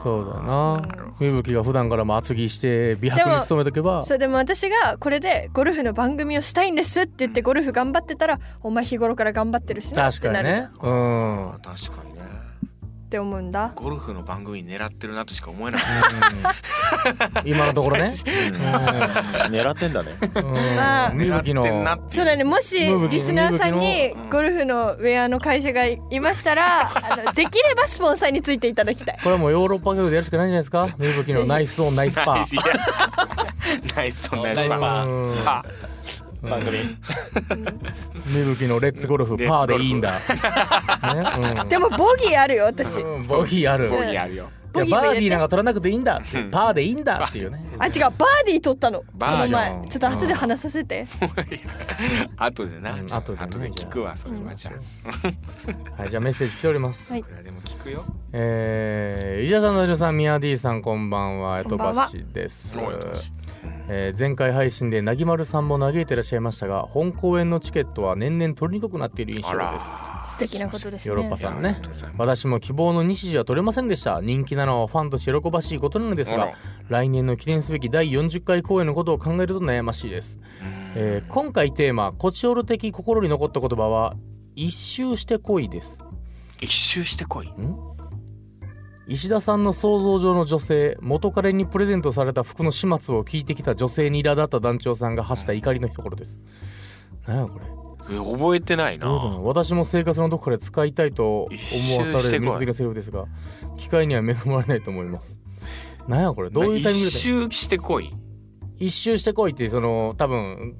Speaker 5: そうだな芽吹が普段からも厚着して美白に努めとけば
Speaker 4: それでも私がこれでゴルフの番組をしたいんですって言ってゴルフ頑張ってたらお前日頃から頑張ってるしなっ
Speaker 5: 確
Speaker 4: て
Speaker 5: か
Speaker 4: な
Speaker 5: に
Speaker 4: るじゃん
Speaker 5: ね
Speaker 4: っ
Speaker 5: うん
Speaker 2: 確かにね
Speaker 4: て思うんだ
Speaker 2: ゴルフの番組狙ってるなとしか思えない
Speaker 5: 今のところね
Speaker 1: 狙ってんだね。
Speaker 4: まあ
Speaker 5: うん芽吹の
Speaker 2: 狙ってんなって
Speaker 4: そうだねもし
Speaker 5: ムーブキ
Speaker 4: リスナーさんに
Speaker 2: ムーブキの
Speaker 4: ゴルフのウェアの会社がいまし たらあのできればスポンサーについていただきたい
Speaker 5: これはもうヨーロッパ局でやるしかないんじゃないですか芽吹のナイスオンナイス パー
Speaker 2: ナイスナイス
Speaker 1: ナイス
Speaker 2: パ
Speaker 1: パ
Speaker 5: うん
Speaker 2: ーパ
Speaker 1: 番組。
Speaker 5: 芽吹のレッツゴルフ
Speaker 2: レッツ
Speaker 5: パ
Speaker 2: ゴ
Speaker 5: ー
Speaker 2: ルフ
Speaker 5: でいいんだね
Speaker 4: でもボギーあるよ私
Speaker 5: うんうんボギーあ
Speaker 2: ー
Speaker 5: る
Speaker 2: ボギーあるよ
Speaker 5: いや
Speaker 4: ボギーも入
Speaker 5: バー
Speaker 4: れ
Speaker 5: デ
Speaker 4: て
Speaker 5: ィーなんか取らなくていいんだって
Speaker 2: うん
Speaker 5: パーでいいんだっていうね
Speaker 4: あ違うバーディー取ったのこ
Speaker 2: バーディ
Speaker 4: の
Speaker 2: ー
Speaker 4: 前ちょっと後で話させて
Speaker 2: 後でな
Speaker 5: うん
Speaker 2: ちょっと
Speaker 5: 後でね
Speaker 2: 後で聞くわそれはじゃ
Speaker 5: はいじゃあメッセージ来ております、
Speaker 4: はい
Speaker 2: あいくらでも聞くよ
Speaker 5: えー、伊者さんの女さん宮 D さんこんばんはえ
Speaker 4: ことんばんは
Speaker 5: ばしです
Speaker 2: おいどうし
Speaker 5: えー前回配信でなぎまるさんも嘆いてらっしゃいましたが本公演のチケットは年々取りにくくなっている印象です
Speaker 4: 素敵なことです
Speaker 5: ヨーロッ
Speaker 4: ね
Speaker 5: パさ
Speaker 2: い
Speaker 5: ん
Speaker 2: やあり
Speaker 5: ね
Speaker 2: がとうございます
Speaker 5: 私も希望の日時は取れませんでした人気なのはファンとして喜ばしいことなのです
Speaker 2: あ
Speaker 5: が
Speaker 2: ら
Speaker 5: 来年の記念すべき第40回公演のことを考えると悩ましいです、えー今回テーマ「コチオロ的心に残った言葉は一周してこい」です
Speaker 2: 一周してこい
Speaker 5: 石田さんの想像上の女性元彼にプレゼントされた服の始末を聞いてきた女性に苛立った団長さんが発した怒りの一言です何やこれ
Speaker 2: それ覚えてないな
Speaker 5: どうだろう私も生活のどこかで使いたいと思わ
Speaker 2: 一周
Speaker 5: さ
Speaker 2: し
Speaker 5: れ
Speaker 2: て
Speaker 5: る
Speaker 2: こい
Speaker 5: 魅力的なセリフですが機会には恵まれないと思います何やこれどういうタイミング
Speaker 2: 一
Speaker 5: で
Speaker 2: 周してこい
Speaker 5: 一周してこいってその多分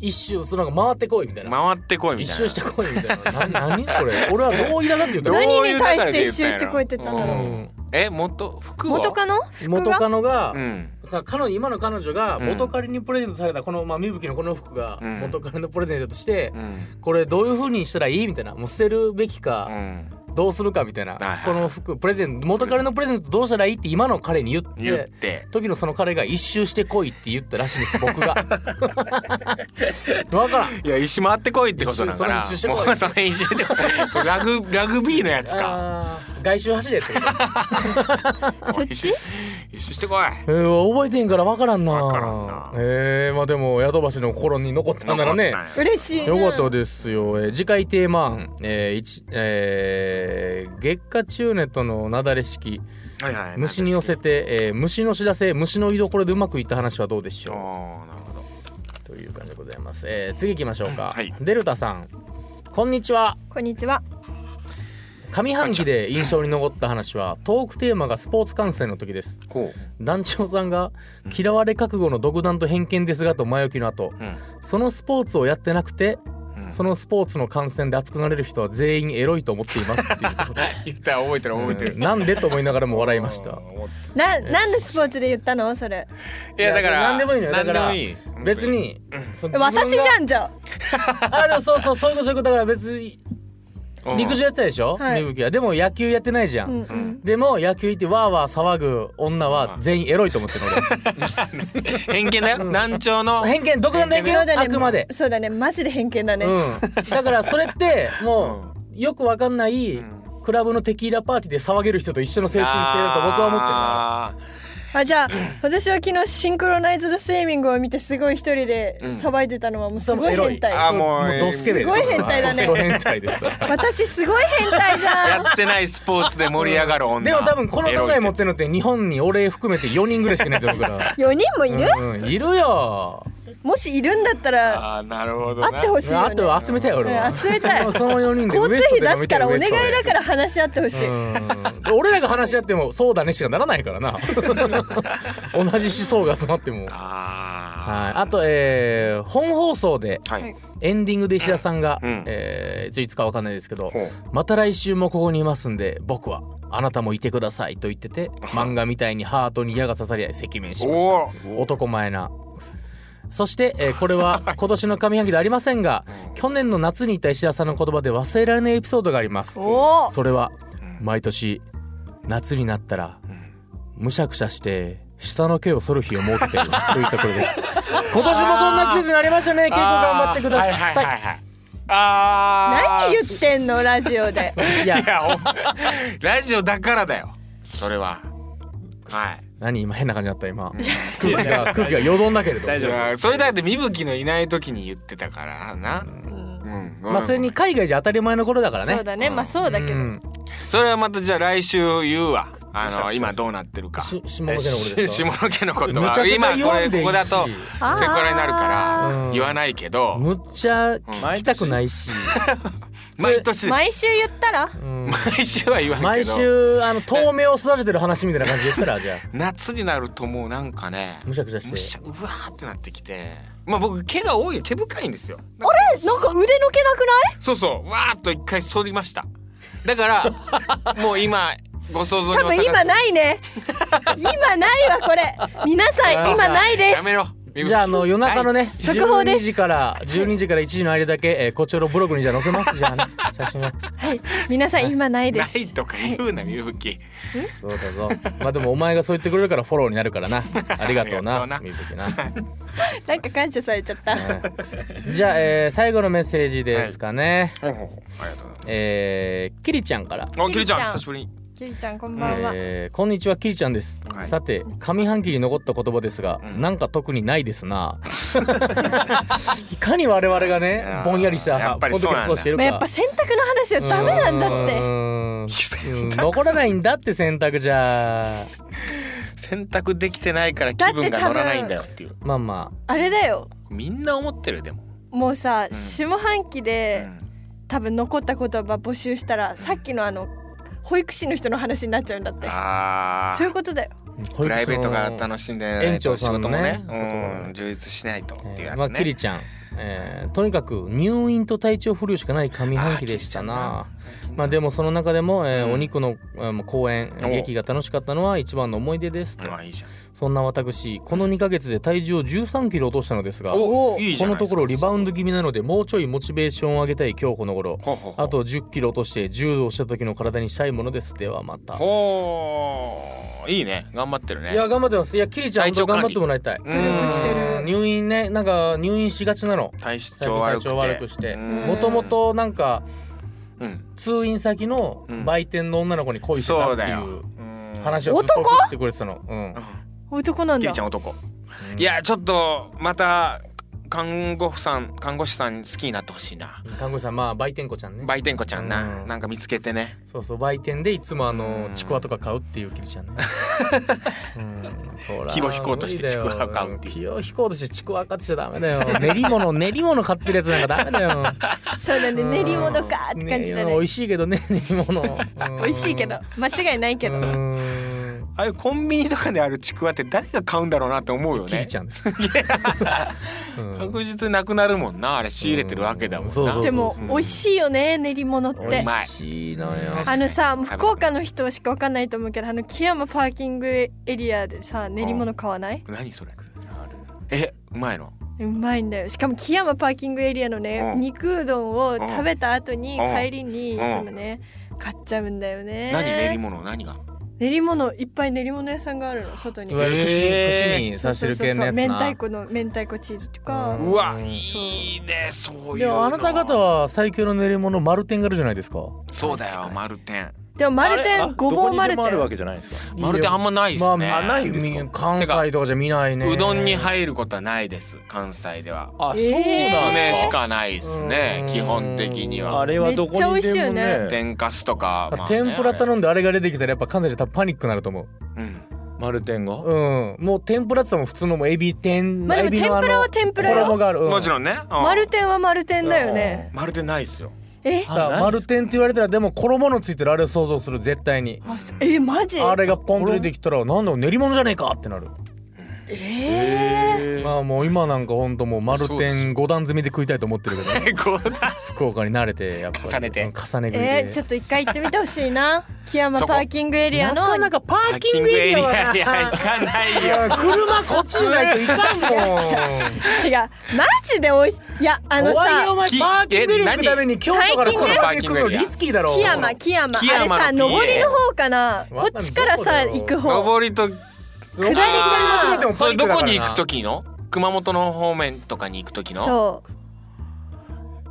Speaker 5: 一周そのなんか回ってこいみたいな
Speaker 2: 回ってこいみたいな
Speaker 5: 一周してこいみたいなな何これ俺はどう苛立って言っ
Speaker 2: ど
Speaker 5: た
Speaker 2: う
Speaker 5: の
Speaker 4: 何
Speaker 2: いう
Speaker 4: に対して一周してこいって言ったんだろ
Speaker 2: う
Speaker 4: う
Speaker 5: うん
Speaker 2: え元服は
Speaker 4: 元カノ服
Speaker 5: 元
Speaker 4: が
Speaker 5: カノが、
Speaker 2: うん
Speaker 5: さ彼女今の彼女が
Speaker 2: うん
Speaker 5: 元彼にプレゼントされたこの、まあ、みぶきのこの服が
Speaker 2: うん
Speaker 5: 元彼のプレゼントとして、
Speaker 2: うん
Speaker 5: これどういうふうにしたらいいみたいなもう捨てるべき
Speaker 2: う
Speaker 5: か、
Speaker 2: ん
Speaker 5: どうするかみたいな、
Speaker 2: いはいはい
Speaker 5: この服プレゼント元彼のプレゼントどうしたらいいって今の彼に言って
Speaker 2: 言って
Speaker 5: 時のその彼が「一周してこい」って言ったらしいんです 僕が。わからん。
Speaker 2: いや石回ってこいってことだから
Speaker 5: 一周それ
Speaker 2: も
Speaker 5: 一周してこいう
Speaker 2: それ一周でそれラグラグビーのやつか
Speaker 5: あー外周走れってこと、
Speaker 4: そっち
Speaker 2: 一周してこい
Speaker 5: えー覚えてんからわからんな
Speaker 2: わからんな
Speaker 5: えー、まあでも宿橋の心に残ったんだろうね
Speaker 4: 嬉しいな
Speaker 5: よかったですよ、えー次回テーマ案、えー一えー月下中ネットのなだれ式
Speaker 2: はいはい
Speaker 5: 虫に寄せて、えー虫の知らせ虫の居所でうまくいった話はどうでし
Speaker 2: お
Speaker 5: ょ
Speaker 2: ーなるほど
Speaker 5: うという感じでございます、えー次行きましょうか、
Speaker 2: はい
Speaker 5: デルタさんこんにちは
Speaker 4: こんにちは
Speaker 5: 上半期で印象に残った話 はトークテーマがスポーツ観戦の時です
Speaker 2: こ
Speaker 5: 団長さんが嫌われ覚悟の独断と偏見ですがと前置きの後
Speaker 2: ううん
Speaker 5: そのスポーツをやってなくてそのスポーツの観戦で熱くなれる人は全員エロいと思っていますっていうとこ ろです。
Speaker 2: 言った覚えてる覚えて
Speaker 5: う
Speaker 2: る
Speaker 5: んなんでと思いながらも笑いました。
Speaker 4: な何のスポーツで言ったのそれ
Speaker 2: いやだから
Speaker 5: 何でもいいのよ。だ
Speaker 2: 何
Speaker 5: か
Speaker 2: で
Speaker 5: ら
Speaker 2: もいい
Speaker 5: 別にその
Speaker 4: 私じ
Speaker 5: 自
Speaker 4: ゃんじゃあ
Speaker 5: 分があでもそうそうそういうことそういうことだから別に
Speaker 2: うん
Speaker 5: 陸上やってたでしょ。
Speaker 4: はい
Speaker 5: みぶきはでも野球やってないじゃ
Speaker 4: うん
Speaker 5: ん。
Speaker 4: うん
Speaker 5: でも野球行ってわーわー騒ぐ女は全員エロいと思ってるの
Speaker 2: 偏見だよ難聴の
Speaker 5: 俺。偏見独断で偏見
Speaker 4: そうだ
Speaker 5: よ
Speaker 4: ね
Speaker 5: あくまで。
Speaker 4: そうだねマジで偏見だね、
Speaker 5: うん。だからそれってもうよくわかんないクラブのテキーラパーティーで騒げる人と一緒の精神性だと僕は思ってるのよ。
Speaker 2: って
Speaker 4: あじゃあ私は昨日シンクロナイズドスイミングを見てすごい一人で騒いでたのはもうすごい変態、
Speaker 2: あーもう
Speaker 5: ドスケベ
Speaker 4: すごい変態だね
Speaker 5: ド変 態ですから
Speaker 4: 私すごい変態 じゃん
Speaker 2: やってないスポーツで盛り上がる女
Speaker 5: でも多分この考え持ってるのって日本に俺含めて4人ぐらいしかいないと思うから
Speaker 4: 4人もいる、
Speaker 5: うんうんいるよ
Speaker 4: もしいるんだったら
Speaker 2: ああーなるほどな
Speaker 4: 会ってほしいよ
Speaker 5: あ
Speaker 4: ね
Speaker 5: と集めたい俺は
Speaker 4: うん集めたい
Speaker 5: そのその4人で
Speaker 4: 交通費出すからお願い
Speaker 5: ウエ
Speaker 4: だ
Speaker 5: スト
Speaker 4: から話し合ってほしい、
Speaker 5: でうん俺らが話し合ってもそうだねしかならないから な同じ思想が集まってもはい
Speaker 2: あ
Speaker 5: あとえー本放送で
Speaker 2: あはい
Speaker 4: い
Speaker 5: エンディングで石田さんが
Speaker 2: うん
Speaker 5: えーいついつかわかんないですけど
Speaker 2: ほう
Speaker 5: また来週もここにいますんで僕はあなたもいてください」と言っ てて漫画みたいにハートに矢が刺さり合い赤面しました
Speaker 2: おお
Speaker 5: 男前なそして、えーこ れは今年の上半期ではありませんが去年の夏にいた石田さんの言葉で忘れられないエピソードがあります
Speaker 4: おお
Speaker 5: それは
Speaker 2: うん
Speaker 5: 毎年夏になったら
Speaker 2: うん
Speaker 5: むしゃくしゃして下の毛を剃る日を設け ているといったこれです 今年もそんな季節になりましたね稽古頑張ってください,、
Speaker 2: あーはいはいはいはいあ
Speaker 4: 何言
Speaker 2: ー
Speaker 4: ってんのラジオで
Speaker 5: いや
Speaker 2: いやおラジオだからだよそれははい
Speaker 5: 何今変な感じだっ た今空気が空気がよどんだけれど
Speaker 1: 大
Speaker 2: い
Speaker 1: 丈夫
Speaker 2: やそれだってみぶきのいない時に言ってたからな、うん
Speaker 5: まあそれに海外じゃ当たり前の頃だからね
Speaker 4: そうだねまあそうだけど、
Speaker 5: うん
Speaker 2: それはまたじゃあ来週言うわあの今どうなってるか
Speaker 5: し下の毛のこと
Speaker 2: え
Speaker 5: で
Speaker 2: し
Speaker 5: す
Speaker 2: 下
Speaker 5: か
Speaker 2: 野家のこ
Speaker 5: む
Speaker 2: と
Speaker 5: ちゃく
Speaker 2: は
Speaker 5: ち
Speaker 2: 今
Speaker 5: ゃ
Speaker 2: こ
Speaker 5: 読
Speaker 2: れ
Speaker 5: んでい
Speaker 2: こ
Speaker 5: い
Speaker 2: こだ
Speaker 5: し
Speaker 2: と
Speaker 4: あー
Speaker 2: セクハラになるか
Speaker 5: うん
Speaker 2: ら言わないけど
Speaker 5: むっちゃ聞きたくないし、
Speaker 2: 毎年
Speaker 4: 毎週言ったら
Speaker 5: うん
Speaker 2: 毎週は言わない
Speaker 5: 毎
Speaker 2: けど
Speaker 5: 週あの透明を育ててる話みたいな感じで言ったらじゃあ
Speaker 2: 夏になるともうなんかね
Speaker 5: むしゃくしゃして
Speaker 2: むしゃうわーってなってきてまあ僕毛が多い毛深いんですよ
Speaker 4: えなんか腕の毛なくない
Speaker 2: そうそうわーっと一回剃りましただからもう今ご想像に
Speaker 4: 多分今ないね今ないわこれ皆さん今ないで
Speaker 2: や
Speaker 4: す
Speaker 2: めろ
Speaker 5: じゃああの夜中のね、十
Speaker 4: 速報
Speaker 5: 12
Speaker 4: です
Speaker 5: 時から12時から1時の間だけ、えー、こちらのブログにじゃあ載せますじゃあ ね写真を
Speaker 4: はい皆さん今ないで
Speaker 2: な
Speaker 4: す
Speaker 2: いとか言うなみぶき
Speaker 5: そうだぞまあでもお前がそう言ってくれるからフォローになるからなありがとうな
Speaker 2: あり
Speaker 5: みぶきな、
Speaker 4: なんか感謝されちゃった
Speaker 5: うんじゃあ、えー最後のメッセージですかね、
Speaker 2: ありがとうござい
Speaker 5: えー、キリちゃんから
Speaker 2: ますあきりちゃん久しぶりに
Speaker 4: キリちゃんこんばんは、
Speaker 5: えーこんにちはキリちゃんです、
Speaker 2: はい
Speaker 5: さて上半期に残った言葉ですが、
Speaker 2: うん
Speaker 5: なんか特にないですな いかに我々がね
Speaker 2: やー
Speaker 5: ぼんやりした
Speaker 2: やっぱりそうなんだ
Speaker 5: ポッドキャストをしてる
Speaker 4: ま
Speaker 5: か
Speaker 4: あ、やっぱ洗濯の話はダメなんだって
Speaker 5: うーんうん残らないんだって選択じゃ
Speaker 2: 洗濯できてないから気分が乗らないんだよっていう
Speaker 5: まあま
Speaker 4: あれだよ
Speaker 2: みんな思ってるよでも、
Speaker 4: もうさ、
Speaker 2: うん
Speaker 4: 下半期
Speaker 2: う
Speaker 4: で、
Speaker 2: ん、
Speaker 4: 多分残った言葉募集したらさっきのあの保育士の人の話になっちゃうんだって
Speaker 2: あ
Speaker 4: そういうことだよ
Speaker 5: あ
Speaker 2: プライベートが
Speaker 5: の
Speaker 2: 楽しんでない
Speaker 5: 園
Speaker 2: と
Speaker 5: 長
Speaker 2: 仕
Speaker 5: さん
Speaker 2: 事
Speaker 5: の
Speaker 2: もね
Speaker 5: ね
Speaker 2: うん、充実しないとっていうやつね、
Speaker 5: えーまあキリちゃん、えーとにかく入院と体調不良しかない上半期でしたなまあでもその中でも、えー
Speaker 2: うん
Speaker 5: お肉の、えー公演
Speaker 2: お
Speaker 5: 劇が楽しかったのは一番の思い出ですと
Speaker 2: あいいじゃん
Speaker 5: そんな私この2ヶ月で体重を1 3キロ落としたのですがこ
Speaker 2: おいいじゃない
Speaker 5: の
Speaker 2: で
Speaker 5: と
Speaker 2: すか
Speaker 5: ころリバウンド気味なのでもうちょいモチベーションを上げたい今日この頃
Speaker 2: ほうほうほう
Speaker 5: あと1 0キロ落として柔道した時の体にしたいものですではまた
Speaker 2: ほういいね頑張ってるね
Speaker 5: いや頑張ってますいやキリちゃん
Speaker 2: 体調
Speaker 5: 本当
Speaker 2: 管
Speaker 5: 頑
Speaker 2: 理
Speaker 5: 張ってもらいたい
Speaker 2: 努力して
Speaker 4: る
Speaker 5: うん入院ねなんか入院しがちなの
Speaker 2: 体調
Speaker 5: 体
Speaker 2: 悪くて
Speaker 5: 調悪くして
Speaker 2: うん
Speaker 5: もともとなんか
Speaker 2: うん
Speaker 5: 通院先の売店の女の子に恋してた
Speaker 2: そう
Speaker 5: って
Speaker 2: だ
Speaker 5: い
Speaker 2: よ
Speaker 5: う
Speaker 2: うん
Speaker 5: 話をずっと送ってくれてたの、うん、
Speaker 4: 男なん
Speaker 2: キ
Speaker 4: だ
Speaker 2: リちゃん男
Speaker 5: うん
Speaker 2: いやちょっとまた看護婦さん看護師さん好きになってほしいな
Speaker 5: 看護師さんまあ売店子ちゃんね
Speaker 2: 売店子ちゃんな、
Speaker 5: うん
Speaker 2: なんか見つけてね
Speaker 5: そうそう売店でいつもあの
Speaker 2: うん
Speaker 5: ちくわとか買うっていうキリ ちゃんねうんそら
Speaker 2: 気を引こうとしてちくわ買うっていう
Speaker 5: 気を引こうとしてちくわ買ってちゃダメだ よ練り物練り物買ってるやつなんかダメだよ
Speaker 4: そうだね練り物かって感じだ
Speaker 5: ね
Speaker 4: ね
Speaker 5: 美味しいけどね練り物うん
Speaker 4: 美味しいけど間違いないけど
Speaker 5: うん
Speaker 2: ああいうコンビニとかであるちくわって誰が買うんだろうなって思うよ
Speaker 5: キリ
Speaker 2: ね
Speaker 5: ちゃん です、うん
Speaker 2: 確実になくなるもんなあれ仕入れてるわけだもんな、
Speaker 5: うんそうそう
Speaker 4: でも美味しいよね練り物っ
Speaker 5: 美
Speaker 4: て
Speaker 5: 味しいのよ
Speaker 4: あのさ福岡の人しかわかんないと思うけどあの木山パーキングエリアでさ練り物買わない
Speaker 2: 何それえうまいの
Speaker 4: うまいんだよしかも木山パーキングエリアのね
Speaker 2: うん
Speaker 4: 肉うどんを食べた後に
Speaker 2: うん
Speaker 4: 帰りにいつもね買っちゃうんだよね
Speaker 2: 何練り物何が
Speaker 4: 練り物いっぱい練り物屋さんがあるの外に
Speaker 5: いわゆる串,、
Speaker 2: えー
Speaker 5: 串に刺してる系のやつな
Speaker 4: そうそうそう明太子の明太子チーズとか、
Speaker 5: うん
Speaker 2: うわ
Speaker 5: うん
Speaker 2: いいねそういうの
Speaker 5: いやあなた方は最強の練り物丸天があるじゃないですか
Speaker 2: そうだよ丸天
Speaker 4: でも マルテ
Speaker 1: あれ
Speaker 4: ンごぼうマル
Speaker 1: どこにでもあ
Speaker 4: テ
Speaker 1: るわ
Speaker 4: ン
Speaker 1: けじゃないんですか
Speaker 2: 丸天あんまないですね、
Speaker 5: まあ、
Speaker 1: あないんですか
Speaker 5: み関西とかじゃ見ないね
Speaker 2: うどんに入ることはないです関西では
Speaker 1: あ、
Speaker 4: え
Speaker 1: そ
Speaker 2: そ
Speaker 4: ー
Speaker 1: うなん
Speaker 2: れ
Speaker 1: です
Speaker 2: し
Speaker 1: か
Speaker 2: かないですね
Speaker 5: うん
Speaker 2: 基本的に
Speaker 1: あ
Speaker 2: は
Speaker 1: れはどこにでも
Speaker 4: めっちゃ美味しいよね
Speaker 1: ね
Speaker 2: 天かすとか、まあね
Speaker 5: 天ぷら頼んであれが出てきたらやっぱ関西じゃ多分パニックになると思
Speaker 2: うん
Speaker 1: 丸天が
Speaker 5: ううんもう天ぷらって言ったらもう普通のもうエビ天
Speaker 4: まあで
Speaker 5: エ
Speaker 4: も
Speaker 5: ビ
Speaker 4: 天
Speaker 5: のあの
Speaker 4: ぷらは天ぷら
Speaker 5: 衣
Speaker 4: よ
Speaker 5: がある、う
Speaker 2: もち
Speaker 5: ん
Speaker 2: ろんね、うん
Speaker 4: マルテンはマルテンだよね、
Speaker 2: 丸天ないですよ
Speaker 4: え
Speaker 5: だから
Speaker 1: あ
Speaker 5: 丸天って言われたらでも衣のついてるあれを想像する絶対に
Speaker 4: あそえマジ
Speaker 5: あれがポンと出てきたらなんだよ練り物じゃねえかってなる
Speaker 4: えー、
Speaker 1: え
Speaker 5: まあもう今なんかほんともう丸
Speaker 2: そうです
Speaker 5: 天五段積みで食いたいと思ってるけどね
Speaker 2: こうだ
Speaker 5: 福岡に慣れてやっぱり
Speaker 2: 重ねて
Speaker 5: うん重ね食いで、
Speaker 4: えー、ちょっと一回行ってみてほしい な木山パーキングエリア
Speaker 5: な
Speaker 4: の
Speaker 5: かなかパーキングエリアは
Speaker 2: いや
Speaker 5: な
Speaker 2: 行かない よ
Speaker 5: 車こっちにないといかんもん
Speaker 4: 違うマジでおいしいやあの
Speaker 5: 怖いよ
Speaker 4: さ
Speaker 5: お前
Speaker 2: き
Speaker 5: パーキングエリア行くために京都から
Speaker 4: 最近
Speaker 5: こ
Speaker 4: ね
Speaker 5: のパーキングエリア行くのリスキーだろ
Speaker 4: 木山木山
Speaker 2: 木山
Speaker 4: あれさ
Speaker 2: の PA
Speaker 4: 上りの方かな
Speaker 5: わ
Speaker 4: こっちから
Speaker 5: ど
Speaker 4: さ
Speaker 5: こだよ
Speaker 4: 行く方
Speaker 2: 上りと
Speaker 4: 下りか
Speaker 5: でも
Speaker 2: そ
Speaker 5: パ
Speaker 2: れ
Speaker 5: ニック
Speaker 2: ど
Speaker 5: だからな
Speaker 2: こに行く時の熊本の方面とかに行く時の
Speaker 4: そ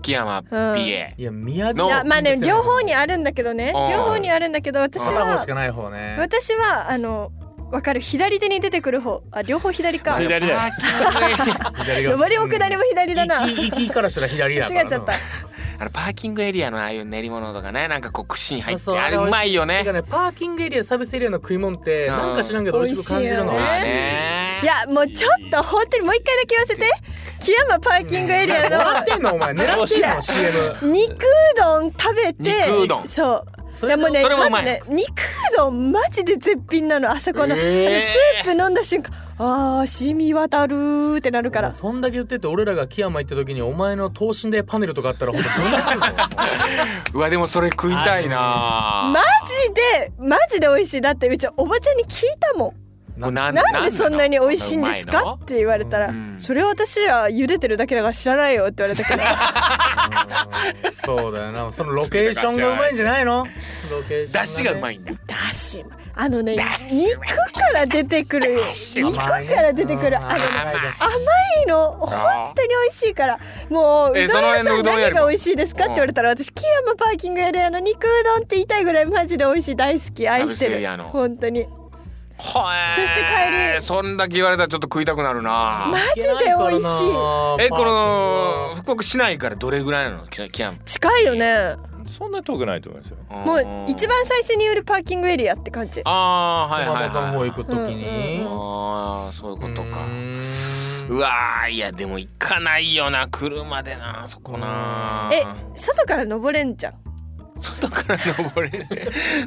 Speaker 2: 木山 PA、
Speaker 5: いや宮
Speaker 4: う
Speaker 5: 城
Speaker 4: いやまあね
Speaker 5: 見てたよ
Speaker 4: 両方にあるんだけどね
Speaker 2: うん
Speaker 4: 両方にあるんだけど私
Speaker 5: 片方
Speaker 4: は
Speaker 5: しかない方 ね
Speaker 4: 私はあのわかる左手に出てくる方あ両方左か
Speaker 1: 左だよ
Speaker 2: パーキングエリア
Speaker 5: 左が
Speaker 4: 上りも下りも左だな
Speaker 5: 行
Speaker 4: 間違
Speaker 5: き行きからしたら左だから
Speaker 4: っちゃった
Speaker 2: あのパーキングエリアのああいう練り物とかねなんかこう串に入って
Speaker 5: そう
Speaker 2: あれうまいよね
Speaker 5: てかねパーキングエリアサービスエリアの食い物って
Speaker 2: うん
Speaker 5: なんか知らんけど美味しく感じるのが美
Speaker 4: 美
Speaker 5: 味
Speaker 4: 味
Speaker 5: し
Speaker 4: し
Speaker 5: い
Speaker 4: い
Speaker 5: よ
Speaker 4: よ
Speaker 2: ね
Speaker 4: いやもうちょっと本当にもう一回だけ言わせて木山パーキングエリアの
Speaker 5: 狙ってんのお 前狙ってんの CM
Speaker 4: 肉うどん食べて
Speaker 2: 肉うどん
Speaker 4: そう
Speaker 5: そ
Speaker 4: い
Speaker 5: れ
Speaker 4: やもうね
Speaker 2: それもうま
Speaker 4: ま
Speaker 2: い
Speaker 4: ずね肉うどんマジで絶品なのあそこの、
Speaker 2: えー
Speaker 4: あのスープ飲んだ瞬間あー染み渡るーってなるから
Speaker 5: そんだけ言ってて俺らが木山行った時にお前の等身大パネルとかあったらほん とぶん殴るぞ
Speaker 2: うわでもそれ食いたいな
Speaker 4: マジでマジで美味しいだってうちおばちゃんに聞いたも
Speaker 2: もうなん
Speaker 4: なんでそんなに美味しいんです
Speaker 2: うま
Speaker 4: か
Speaker 2: いの
Speaker 4: って言われたら、
Speaker 2: うん
Speaker 4: それは私ら茹でてるだけだから知らないよって言われ たけど
Speaker 5: うんそうだよなそのロケーションがうまいんじゃないのロケーション
Speaker 2: 出汁がうま
Speaker 5: い
Speaker 2: いんだ
Speaker 4: だしあのね肉から出てくる肉から出てくるあの甘いの本当に美味しいからもううどん
Speaker 2: えその
Speaker 4: 屋
Speaker 2: 辺の
Speaker 4: さ
Speaker 2: うんどんよ
Speaker 4: 何
Speaker 2: りも
Speaker 4: が美味しいですかって言われたら私木山パーキングエリアの肉うどんって言いたいぐらいマジで美味しい大好き愛して
Speaker 2: サービスエリ
Speaker 4: る
Speaker 2: アの
Speaker 4: 本当に
Speaker 2: は
Speaker 4: そして帰り
Speaker 2: そんだけ言われたらちょっと食いたくなるな
Speaker 4: マジで美味しい
Speaker 2: えこの福岡市内からどれぐらいなのキキャンプ
Speaker 4: 近いよね
Speaker 1: そんなに遠くないと思いますよ。
Speaker 4: もう一番最初に寄るパーキングエリアって感じ
Speaker 2: ああはいはい
Speaker 5: 熊本の
Speaker 2: はい
Speaker 5: 方行く時に
Speaker 2: ああそういうことか
Speaker 5: うーん
Speaker 2: うわーいやでも行かないよな車でなそこな
Speaker 4: え外から登れんじゃん
Speaker 2: 外から登れ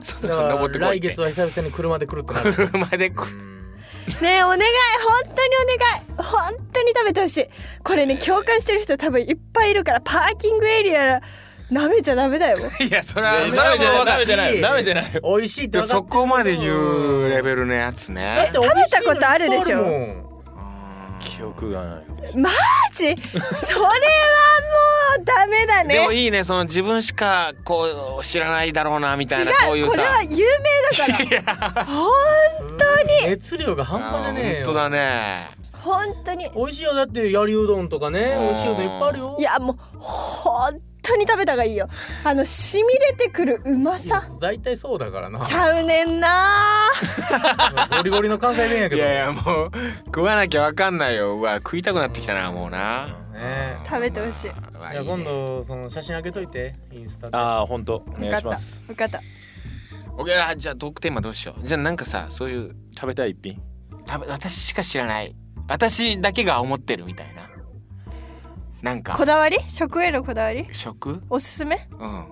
Speaker 2: 外
Speaker 5: だ
Speaker 2: か
Speaker 5: からら
Speaker 2: 登ってこい
Speaker 5: 来
Speaker 2: って
Speaker 5: 月は久々に車で来るって なる
Speaker 2: 車でこ
Speaker 4: ねえお願い本当にお願い本当に食べてほしいこれね共感してる人多分いっぱいいるからパーキングエリア舐めちゃダメだよ
Speaker 2: いやそれはそれ
Speaker 1: ダ
Speaker 2: は
Speaker 1: メじゃ
Speaker 2: もう分
Speaker 1: な
Speaker 2: か
Speaker 1: い。ダメ
Speaker 2: る
Speaker 1: じゃない。ダメじゃない。
Speaker 5: 美味しいって
Speaker 2: で
Speaker 5: 分か
Speaker 2: そ
Speaker 5: ってる
Speaker 2: こまで言うレベルのやつ
Speaker 5: だっ
Speaker 2: ね
Speaker 5: て美味しいの
Speaker 4: 食べたことあるでしょ
Speaker 5: いっぱいあるもん
Speaker 1: 記憶がない。
Speaker 4: マジ それはもうダメだ
Speaker 2: でも
Speaker 4: ね
Speaker 2: いいねその自分しかこう知らないだろうなみたいなそうい
Speaker 4: 違う
Speaker 2: う
Speaker 4: こ
Speaker 2: さ
Speaker 4: れは有名だ からほん
Speaker 5: 熱量が半端じゃね
Speaker 2: 本
Speaker 5: え
Speaker 2: 当
Speaker 5: よ
Speaker 2: だね
Speaker 4: 本当に
Speaker 5: 美味しいよだってやりうどんとかね
Speaker 2: うん
Speaker 5: 美味しいうどんいっぱいあるよ
Speaker 4: いやもう本当に食べた方がいいよあの染み出てくるうまさ
Speaker 5: 大体そうだからな
Speaker 4: ちゃうねんな
Speaker 5: ゴリゴリの関西弁やけ
Speaker 2: い
Speaker 5: ど
Speaker 2: やいやもう食わなきゃ分かんないようわ食いたくなってきたなもうな
Speaker 5: ね
Speaker 4: 食べてほしいう
Speaker 2: わ
Speaker 5: いや
Speaker 2: いい
Speaker 5: 今
Speaker 2: ね
Speaker 5: 度その写真あげといてインスタで
Speaker 1: ああ本当お願い
Speaker 4: よかっ
Speaker 1: したます。
Speaker 4: よかった
Speaker 2: オッケーあじゃあトークテーマどうしようじゃあなんかさそういう
Speaker 1: 食べたい一品。
Speaker 2: 食べ私しか知らない私だけが思ってるみたいななんか
Speaker 4: こだわり食へのこだわり
Speaker 2: 食
Speaker 4: おすすめ
Speaker 2: うん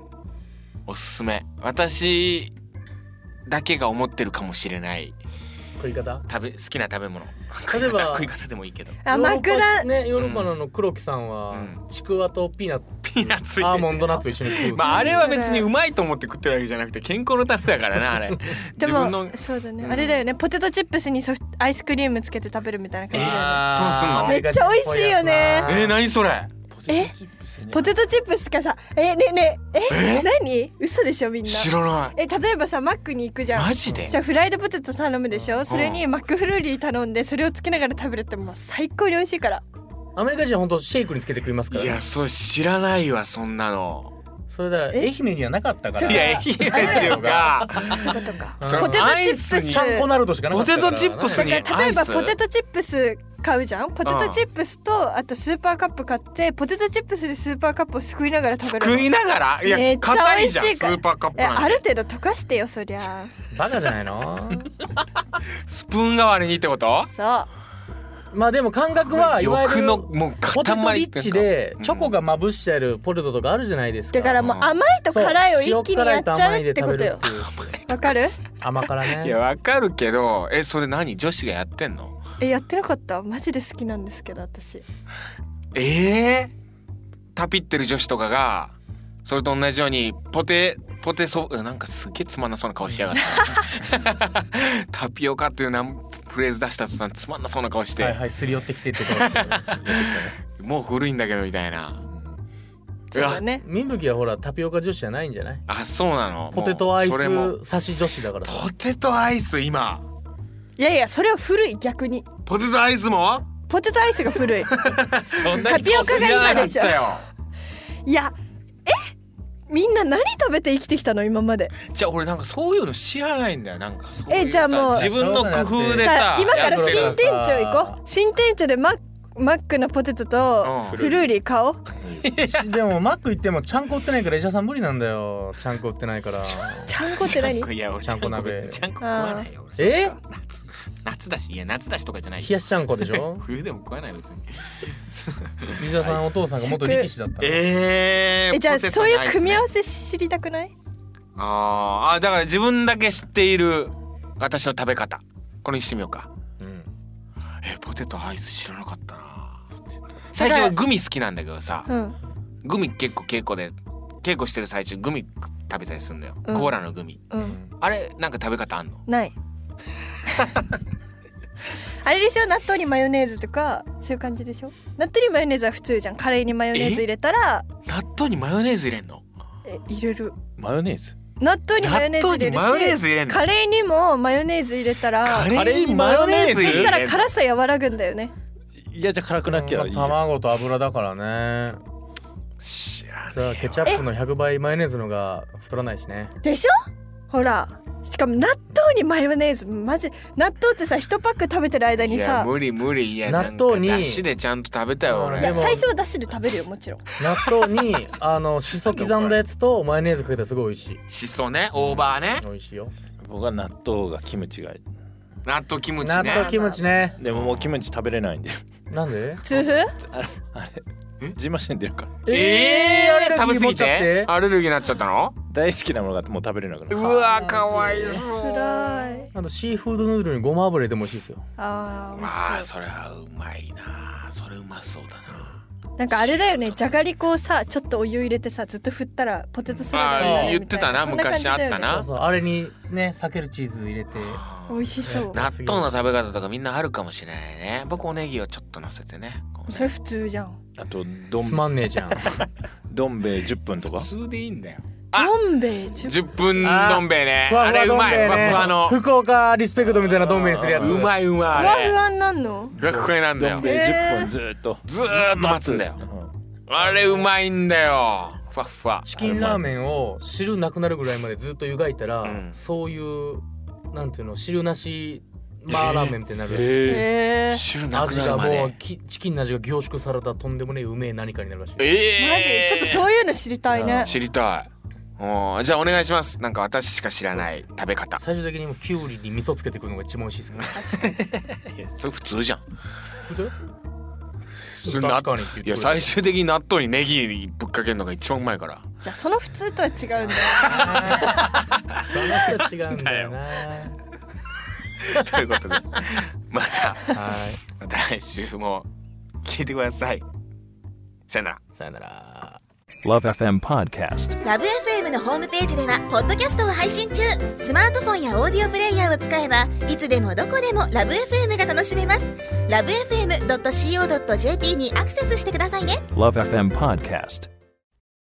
Speaker 2: おすすめ私だけが思ってるかもしれない
Speaker 5: 食い方
Speaker 2: 食べ好きな食べ物
Speaker 5: 例えば
Speaker 2: 食い方でもいいけど
Speaker 4: あマク
Speaker 5: ヨーロッ
Speaker 4: ダ
Speaker 5: パねヨーロッパのあの黒木さんは
Speaker 2: うん
Speaker 5: ちくわとピーナッツ
Speaker 2: ピーナッツ入れ
Speaker 5: ア
Speaker 2: て
Speaker 5: ーモンドナッツ一緒に食う
Speaker 2: まああれは別にうまいと思って食ってるわけじゃなくて健康のためだからなあれ
Speaker 4: で
Speaker 2: 自分の
Speaker 4: もそうだね、
Speaker 2: うん
Speaker 4: あれだよねポテトチップスにソフトアイスクリームつけて食べるみたいな感じだよね
Speaker 5: あー
Speaker 2: そうすんの
Speaker 4: めっちゃ美味しいよね
Speaker 5: アメ
Speaker 2: えー、
Speaker 5: リカ人っぽいやつ
Speaker 2: 何
Speaker 5: な
Speaker 2: それ
Speaker 4: えポテトチップスかさえねねえ何嘘でしょみんな
Speaker 2: 知らない
Speaker 4: え例えばさマックに行くじゃん
Speaker 2: マジで
Speaker 4: じゃあフライドポテト頼むでしょそれにマックフルーリー頼んでそれをつけながら食べるってもう最高に美味しいから
Speaker 5: アメリカ人は本当シェイクにつけて食いますか
Speaker 2: い
Speaker 5: らね
Speaker 2: やそう知らないわそんなの
Speaker 5: それだ愛媛にはなかったから
Speaker 2: いやいいっていうか
Speaker 4: そういうことか
Speaker 5: うん
Speaker 4: ポテトチップ
Speaker 2: アイ
Speaker 4: ス
Speaker 2: スに
Speaker 5: ちゃんこなるとしかなかったから
Speaker 2: ポテトチップス
Speaker 4: だ
Speaker 2: に
Speaker 4: から例え
Speaker 2: ア
Speaker 4: ば
Speaker 2: イス
Speaker 4: ポテトチップス買うじゃんポテトチップスとあとスーパーカップ買ってポテトチップスでスーパーカップをすくいながら食べるの
Speaker 2: 食いながらい
Speaker 4: め
Speaker 2: や
Speaker 4: っちゃ
Speaker 2: 硬
Speaker 4: 美
Speaker 2: いじ
Speaker 4: 味し
Speaker 2: ゃん
Speaker 4: い
Speaker 2: ス
Speaker 4: から
Speaker 2: ーパーカップ
Speaker 4: え
Speaker 2: なんて
Speaker 4: ある程度溶かしてよそりゃ
Speaker 5: バカじゃな いの
Speaker 2: スプーン代わりにってこと
Speaker 4: そう
Speaker 5: まあでも感覚はいわゆ
Speaker 2: 欲
Speaker 5: る
Speaker 2: のもう
Speaker 5: ポテト
Speaker 2: 塊
Speaker 5: リ
Speaker 2: って
Speaker 5: ッ
Speaker 2: い
Speaker 5: チ
Speaker 2: うか
Speaker 5: で
Speaker 2: うん
Speaker 5: チョコがまぶしてあるポテトとかあるじゃないですか
Speaker 4: だからもう甘いと辛いを一気にやっちゃうってことよ
Speaker 5: そう塩辛いと甘いで食べるっていう
Speaker 4: わかる
Speaker 5: 甘辛
Speaker 2: いや
Speaker 5: ね
Speaker 2: わかるけどえそれ何女子がやってんの
Speaker 4: ええやってなかったマジで好きなんですけど私
Speaker 2: ええタピってる女子とかがそれと同じようにポテポテそなんかすげえつまんなそうな顔しやがった タピオカっていうなんフレーズ出した途端つまんなそうな顔して、
Speaker 5: はいはいすり寄ってきてってことですよ
Speaker 2: もう古いんだけどみたいな
Speaker 4: そうだね
Speaker 5: みぶきはほらタピオカ女子じゃないんじゃない
Speaker 2: あそうなの
Speaker 5: ポテトアイ
Speaker 2: もうそれも
Speaker 5: ス差し女子だからさ
Speaker 2: ポテトアイス今
Speaker 4: いやいやそれは古い逆に
Speaker 2: ポテトアイスも
Speaker 4: ポテトアイスが古い
Speaker 1: そんな
Speaker 4: タピオカが今でしょ
Speaker 2: だよ
Speaker 4: いやえみんな何食べて生きてきたの今まで
Speaker 2: じゃあ俺なんかそういうの知らないんだよなんかそういうさ
Speaker 4: えじゃあもう
Speaker 2: 自分の工夫で
Speaker 4: さ
Speaker 2: さ
Speaker 4: あ今か
Speaker 2: やっ
Speaker 4: ら
Speaker 2: て
Speaker 4: 新
Speaker 2: る
Speaker 4: 店長行こう新店長でマッマックのポテトと
Speaker 2: うん
Speaker 4: フルーリー買おう
Speaker 5: し でもマック行ってもちゃんこ売ってないから石田さん無理なんだよちゃんこ売ってないから
Speaker 4: ちゃんこっ て何
Speaker 2: いや俺
Speaker 5: ちゃんこ鍋
Speaker 2: 別にちゃんこ食わないよ俺
Speaker 5: え
Speaker 2: 夏夏だしいや夏だしとかじゃない
Speaker 5: 冷やしちゃんこでしょ
Speaker 2: 冬でも食わない別に
Speaker 5: 石田さんお父さんが元力士だったの
Speaker 2: え
Speaker 4: えじゃあそういう組み合わ
Speaker 2: せ
Speaker 4: せ知りたくない
Speaker 2: あーあだから自分だけ知っている私の食べ方これにしてみようか
Speaker 5: うん
Speaker 2: えポテトアイス知らなかったな最近はグミ好きなんだけどさ
Speaker 4: うん
Speaker 2: グミ結構稽古で稽古してる最中グミ食べたりするんだよ、
Speaker 4: うん
Speaker 2: コーラのグミ
Speaker 4: うん
Speaker 2: あれなんか食べ方あんの
Speaker 4: ないあれでしょ納豆にマヨネーズとかそういう感じでしょ納豆にマヨネーズは普通じゃんカレーにマヨネーズ入れたら
Speaker 2: 納豆にマヨネーズ入れんの
Speaker 4: え入れる
Speaker 1: マヨネーズ
Speaker 4: 納豆にマヨネーズ入
Speaker 2: 納豆
Speaker 4: れ
Speaker 2: にマヨネー
Speaker 4: るし
Speaker 2: ズ入れんの
Speaker 4: カレーにもマヨネーズ入れたら
Speaker 2: カレーにマヨネーズ
Speaker 4: そ
Speaker 2: 入れ
Speaker 4: し
Speaker 2: んの
Speaker 4: たら辛さ和らぐんだよね
Speaker 1: いやじゃあ辛くなきゃいいじゃん
Speaker 5: まあ卵と油だからね
Speaker 2: 知ら
Speaker 5: さあケチャップの100倍マヨネーズのが太らないしね
Speaker 4: でしょほらしかも納豆にマヨネーズマジ納豆ってさ一パック食べてる間
Speaker 2: い
Speaker 4: に
Speaker 2: や
Speaker 4: さ
Speaker 2: 無理無理いや
Speaker 5: 納豆に
Speaker 2: なんか出汁でちゃんと食べたよ
Speaker 5: うん
Speaker 4: い
Speaker 2: 俺
Speaker 5: で
Speaker 4: や
Speaker 5: も
Speaker 4: 最初はだしで食べるよもちろん
Speaker 5: 納豆にあのしそ刻んだやつとマヨネーズかけたらすごい美味しい
Speaker 2: しそねオーバーね
Speaker 5: 美味しいよ
Speaker 1: 僕は納豆がキムチがいい
Speaker 2: 納豆キムチ
Speaker 5: 納豆
Speaker 2: ね
Speaker 5: キムチね
Speaker 1: でももうキムチ食べれないんで
Speaker 5: なんで
Speaker 4: 痛風
Speaker 1: あれじましんでるから
Speaker 5: えーアレルギー
Speaker 2: 食べ過
Speaker 5: 持
Speaker 2: ぎ
Speaker 5: っちゃっ
Speaker 2: て
Speaker 5: て
Speaker 2: アレルギーになっちゃったの
Speaker 1: 大好きなものがもう食べれなくなる
Speaker 2: うわかわいそう
Speaker 4: 辛い
Speaker 5: あとシーフードヌードルにごま油入れても美味しいですよ
Speaker 4: あー美味しそう
Speaker 2: まあそれはうまいなそれうまそうだな
Speaker 4: なんかあれだよねじゃがりこをさちょっとお湯入れてさずっと振ったらポテトサラダにな
Speaker 5: あー
Speaker 4: るみたい
Speaker 2: 言ってたな
Speaker 4: そん感じだよね
Speaker 2: 昔あった
Speaker 5: そう
Speaker 2: な
Speaker 5: そうあれにね避けるチーズ入れて
Speaker 4: 美味しそう
Speaker 2: 納豆の食べ方とかみんなあるかもしれないね僕おネギをちょっと乗せてねこうね
Speaker 4: それ普通じゃん
Speaker 1: あとど
Speaker 5: つ
Speaker 1: ん
Speaker 5: まんねえじ ゃん
Speaker 1: どん兵衛10分とか
Speaker 2: 普通でいいんだよあ
Speaker 4: どん兵衛ちゅ
Speaker 2: 10分どん兵衛ね
Speaker 5: ふわ
Speaker 2: あ
Speaker 5: ふわ
Speaker 2: れう
Speaker 5: どん
Speaker 2: ま
Speaker 5: 兵
Speaker 2: い
Speaker 5: 衛
Speaker 2: ふわふわの
Speaker 5: ね福岡リスペクトみたいなどん兵衛にするやつ
Speaker 2: うまいうま
Speaker 4: ふ
Speaker 2: いあ
Speaker 4: わ
Speaker 2: れ
Speaker 4: ふわになんの
Speaker 2: ふわふわなんだ
Speaker 1: ど
Speaker 2: よ
Speaker 1: ん兵衛10分ずーっと
Speaker 2: ずーっと待つんだよあれうまいんだよふわふわ
Speaker 5: チキンラーメンを汁なくなるぐらいまでずっと湯がいたら、
Speaker 2: ん
Speaker 5: そういうなんていうの汁なしマーラーメンみたいになる、
Speaker 1: え
Speaker 4: へえ
Speaker 2: 汁なく
Speaker 5: 味
Speaker 2: な
Speaker 5: が
Speaker 2: るま
Speaker 5: もう
Speaker 2: で
Speaker 5: きチキンの味が凝縮されたとんでもねえうめえ何かになるらしい、
Speaker 4: マ
Speaker 2: え
Speaker 4: ジちょっと
Speaker 2: う
Speaker 4: そういうの知りたいね
Speaker 2: 知りたいおーじゃあお願いしますなんか私しか知らない食べ方
Speaker 5: 最終的にもうキュウリに味噌つけてくるのが一番美味しいですから
Speaker 2: それ普通じゃん
Speaker 5: それで
Speaker 2: れ
Speaker 5: 確かにって
Speaker 2: いや
Speaker 5: 言ってくれる
Speaker 2: 最終的に納豆にネギぶっかけるのが一番うまい から
Speaker 4: じゃあその普通とは違うんだよ
Speaker 5: その人違うんだよな
Speaker 2: ということでまた
Speaker 5: はい
Speaker 2: また来週も聞いてくださいさよなら
Speaker 5: さよなら
Speaker 1: LoveFM Podcast
Speaker 6: ラブ f m のホームページではポッドキャストを配信中スマートフォンやオーディオプレイヤーを使えばいつでもどこでもラブ f m が楽しめますラブ FM.co.jp にアクセスしてくださいね
Speaker 1: LoveFM Podcast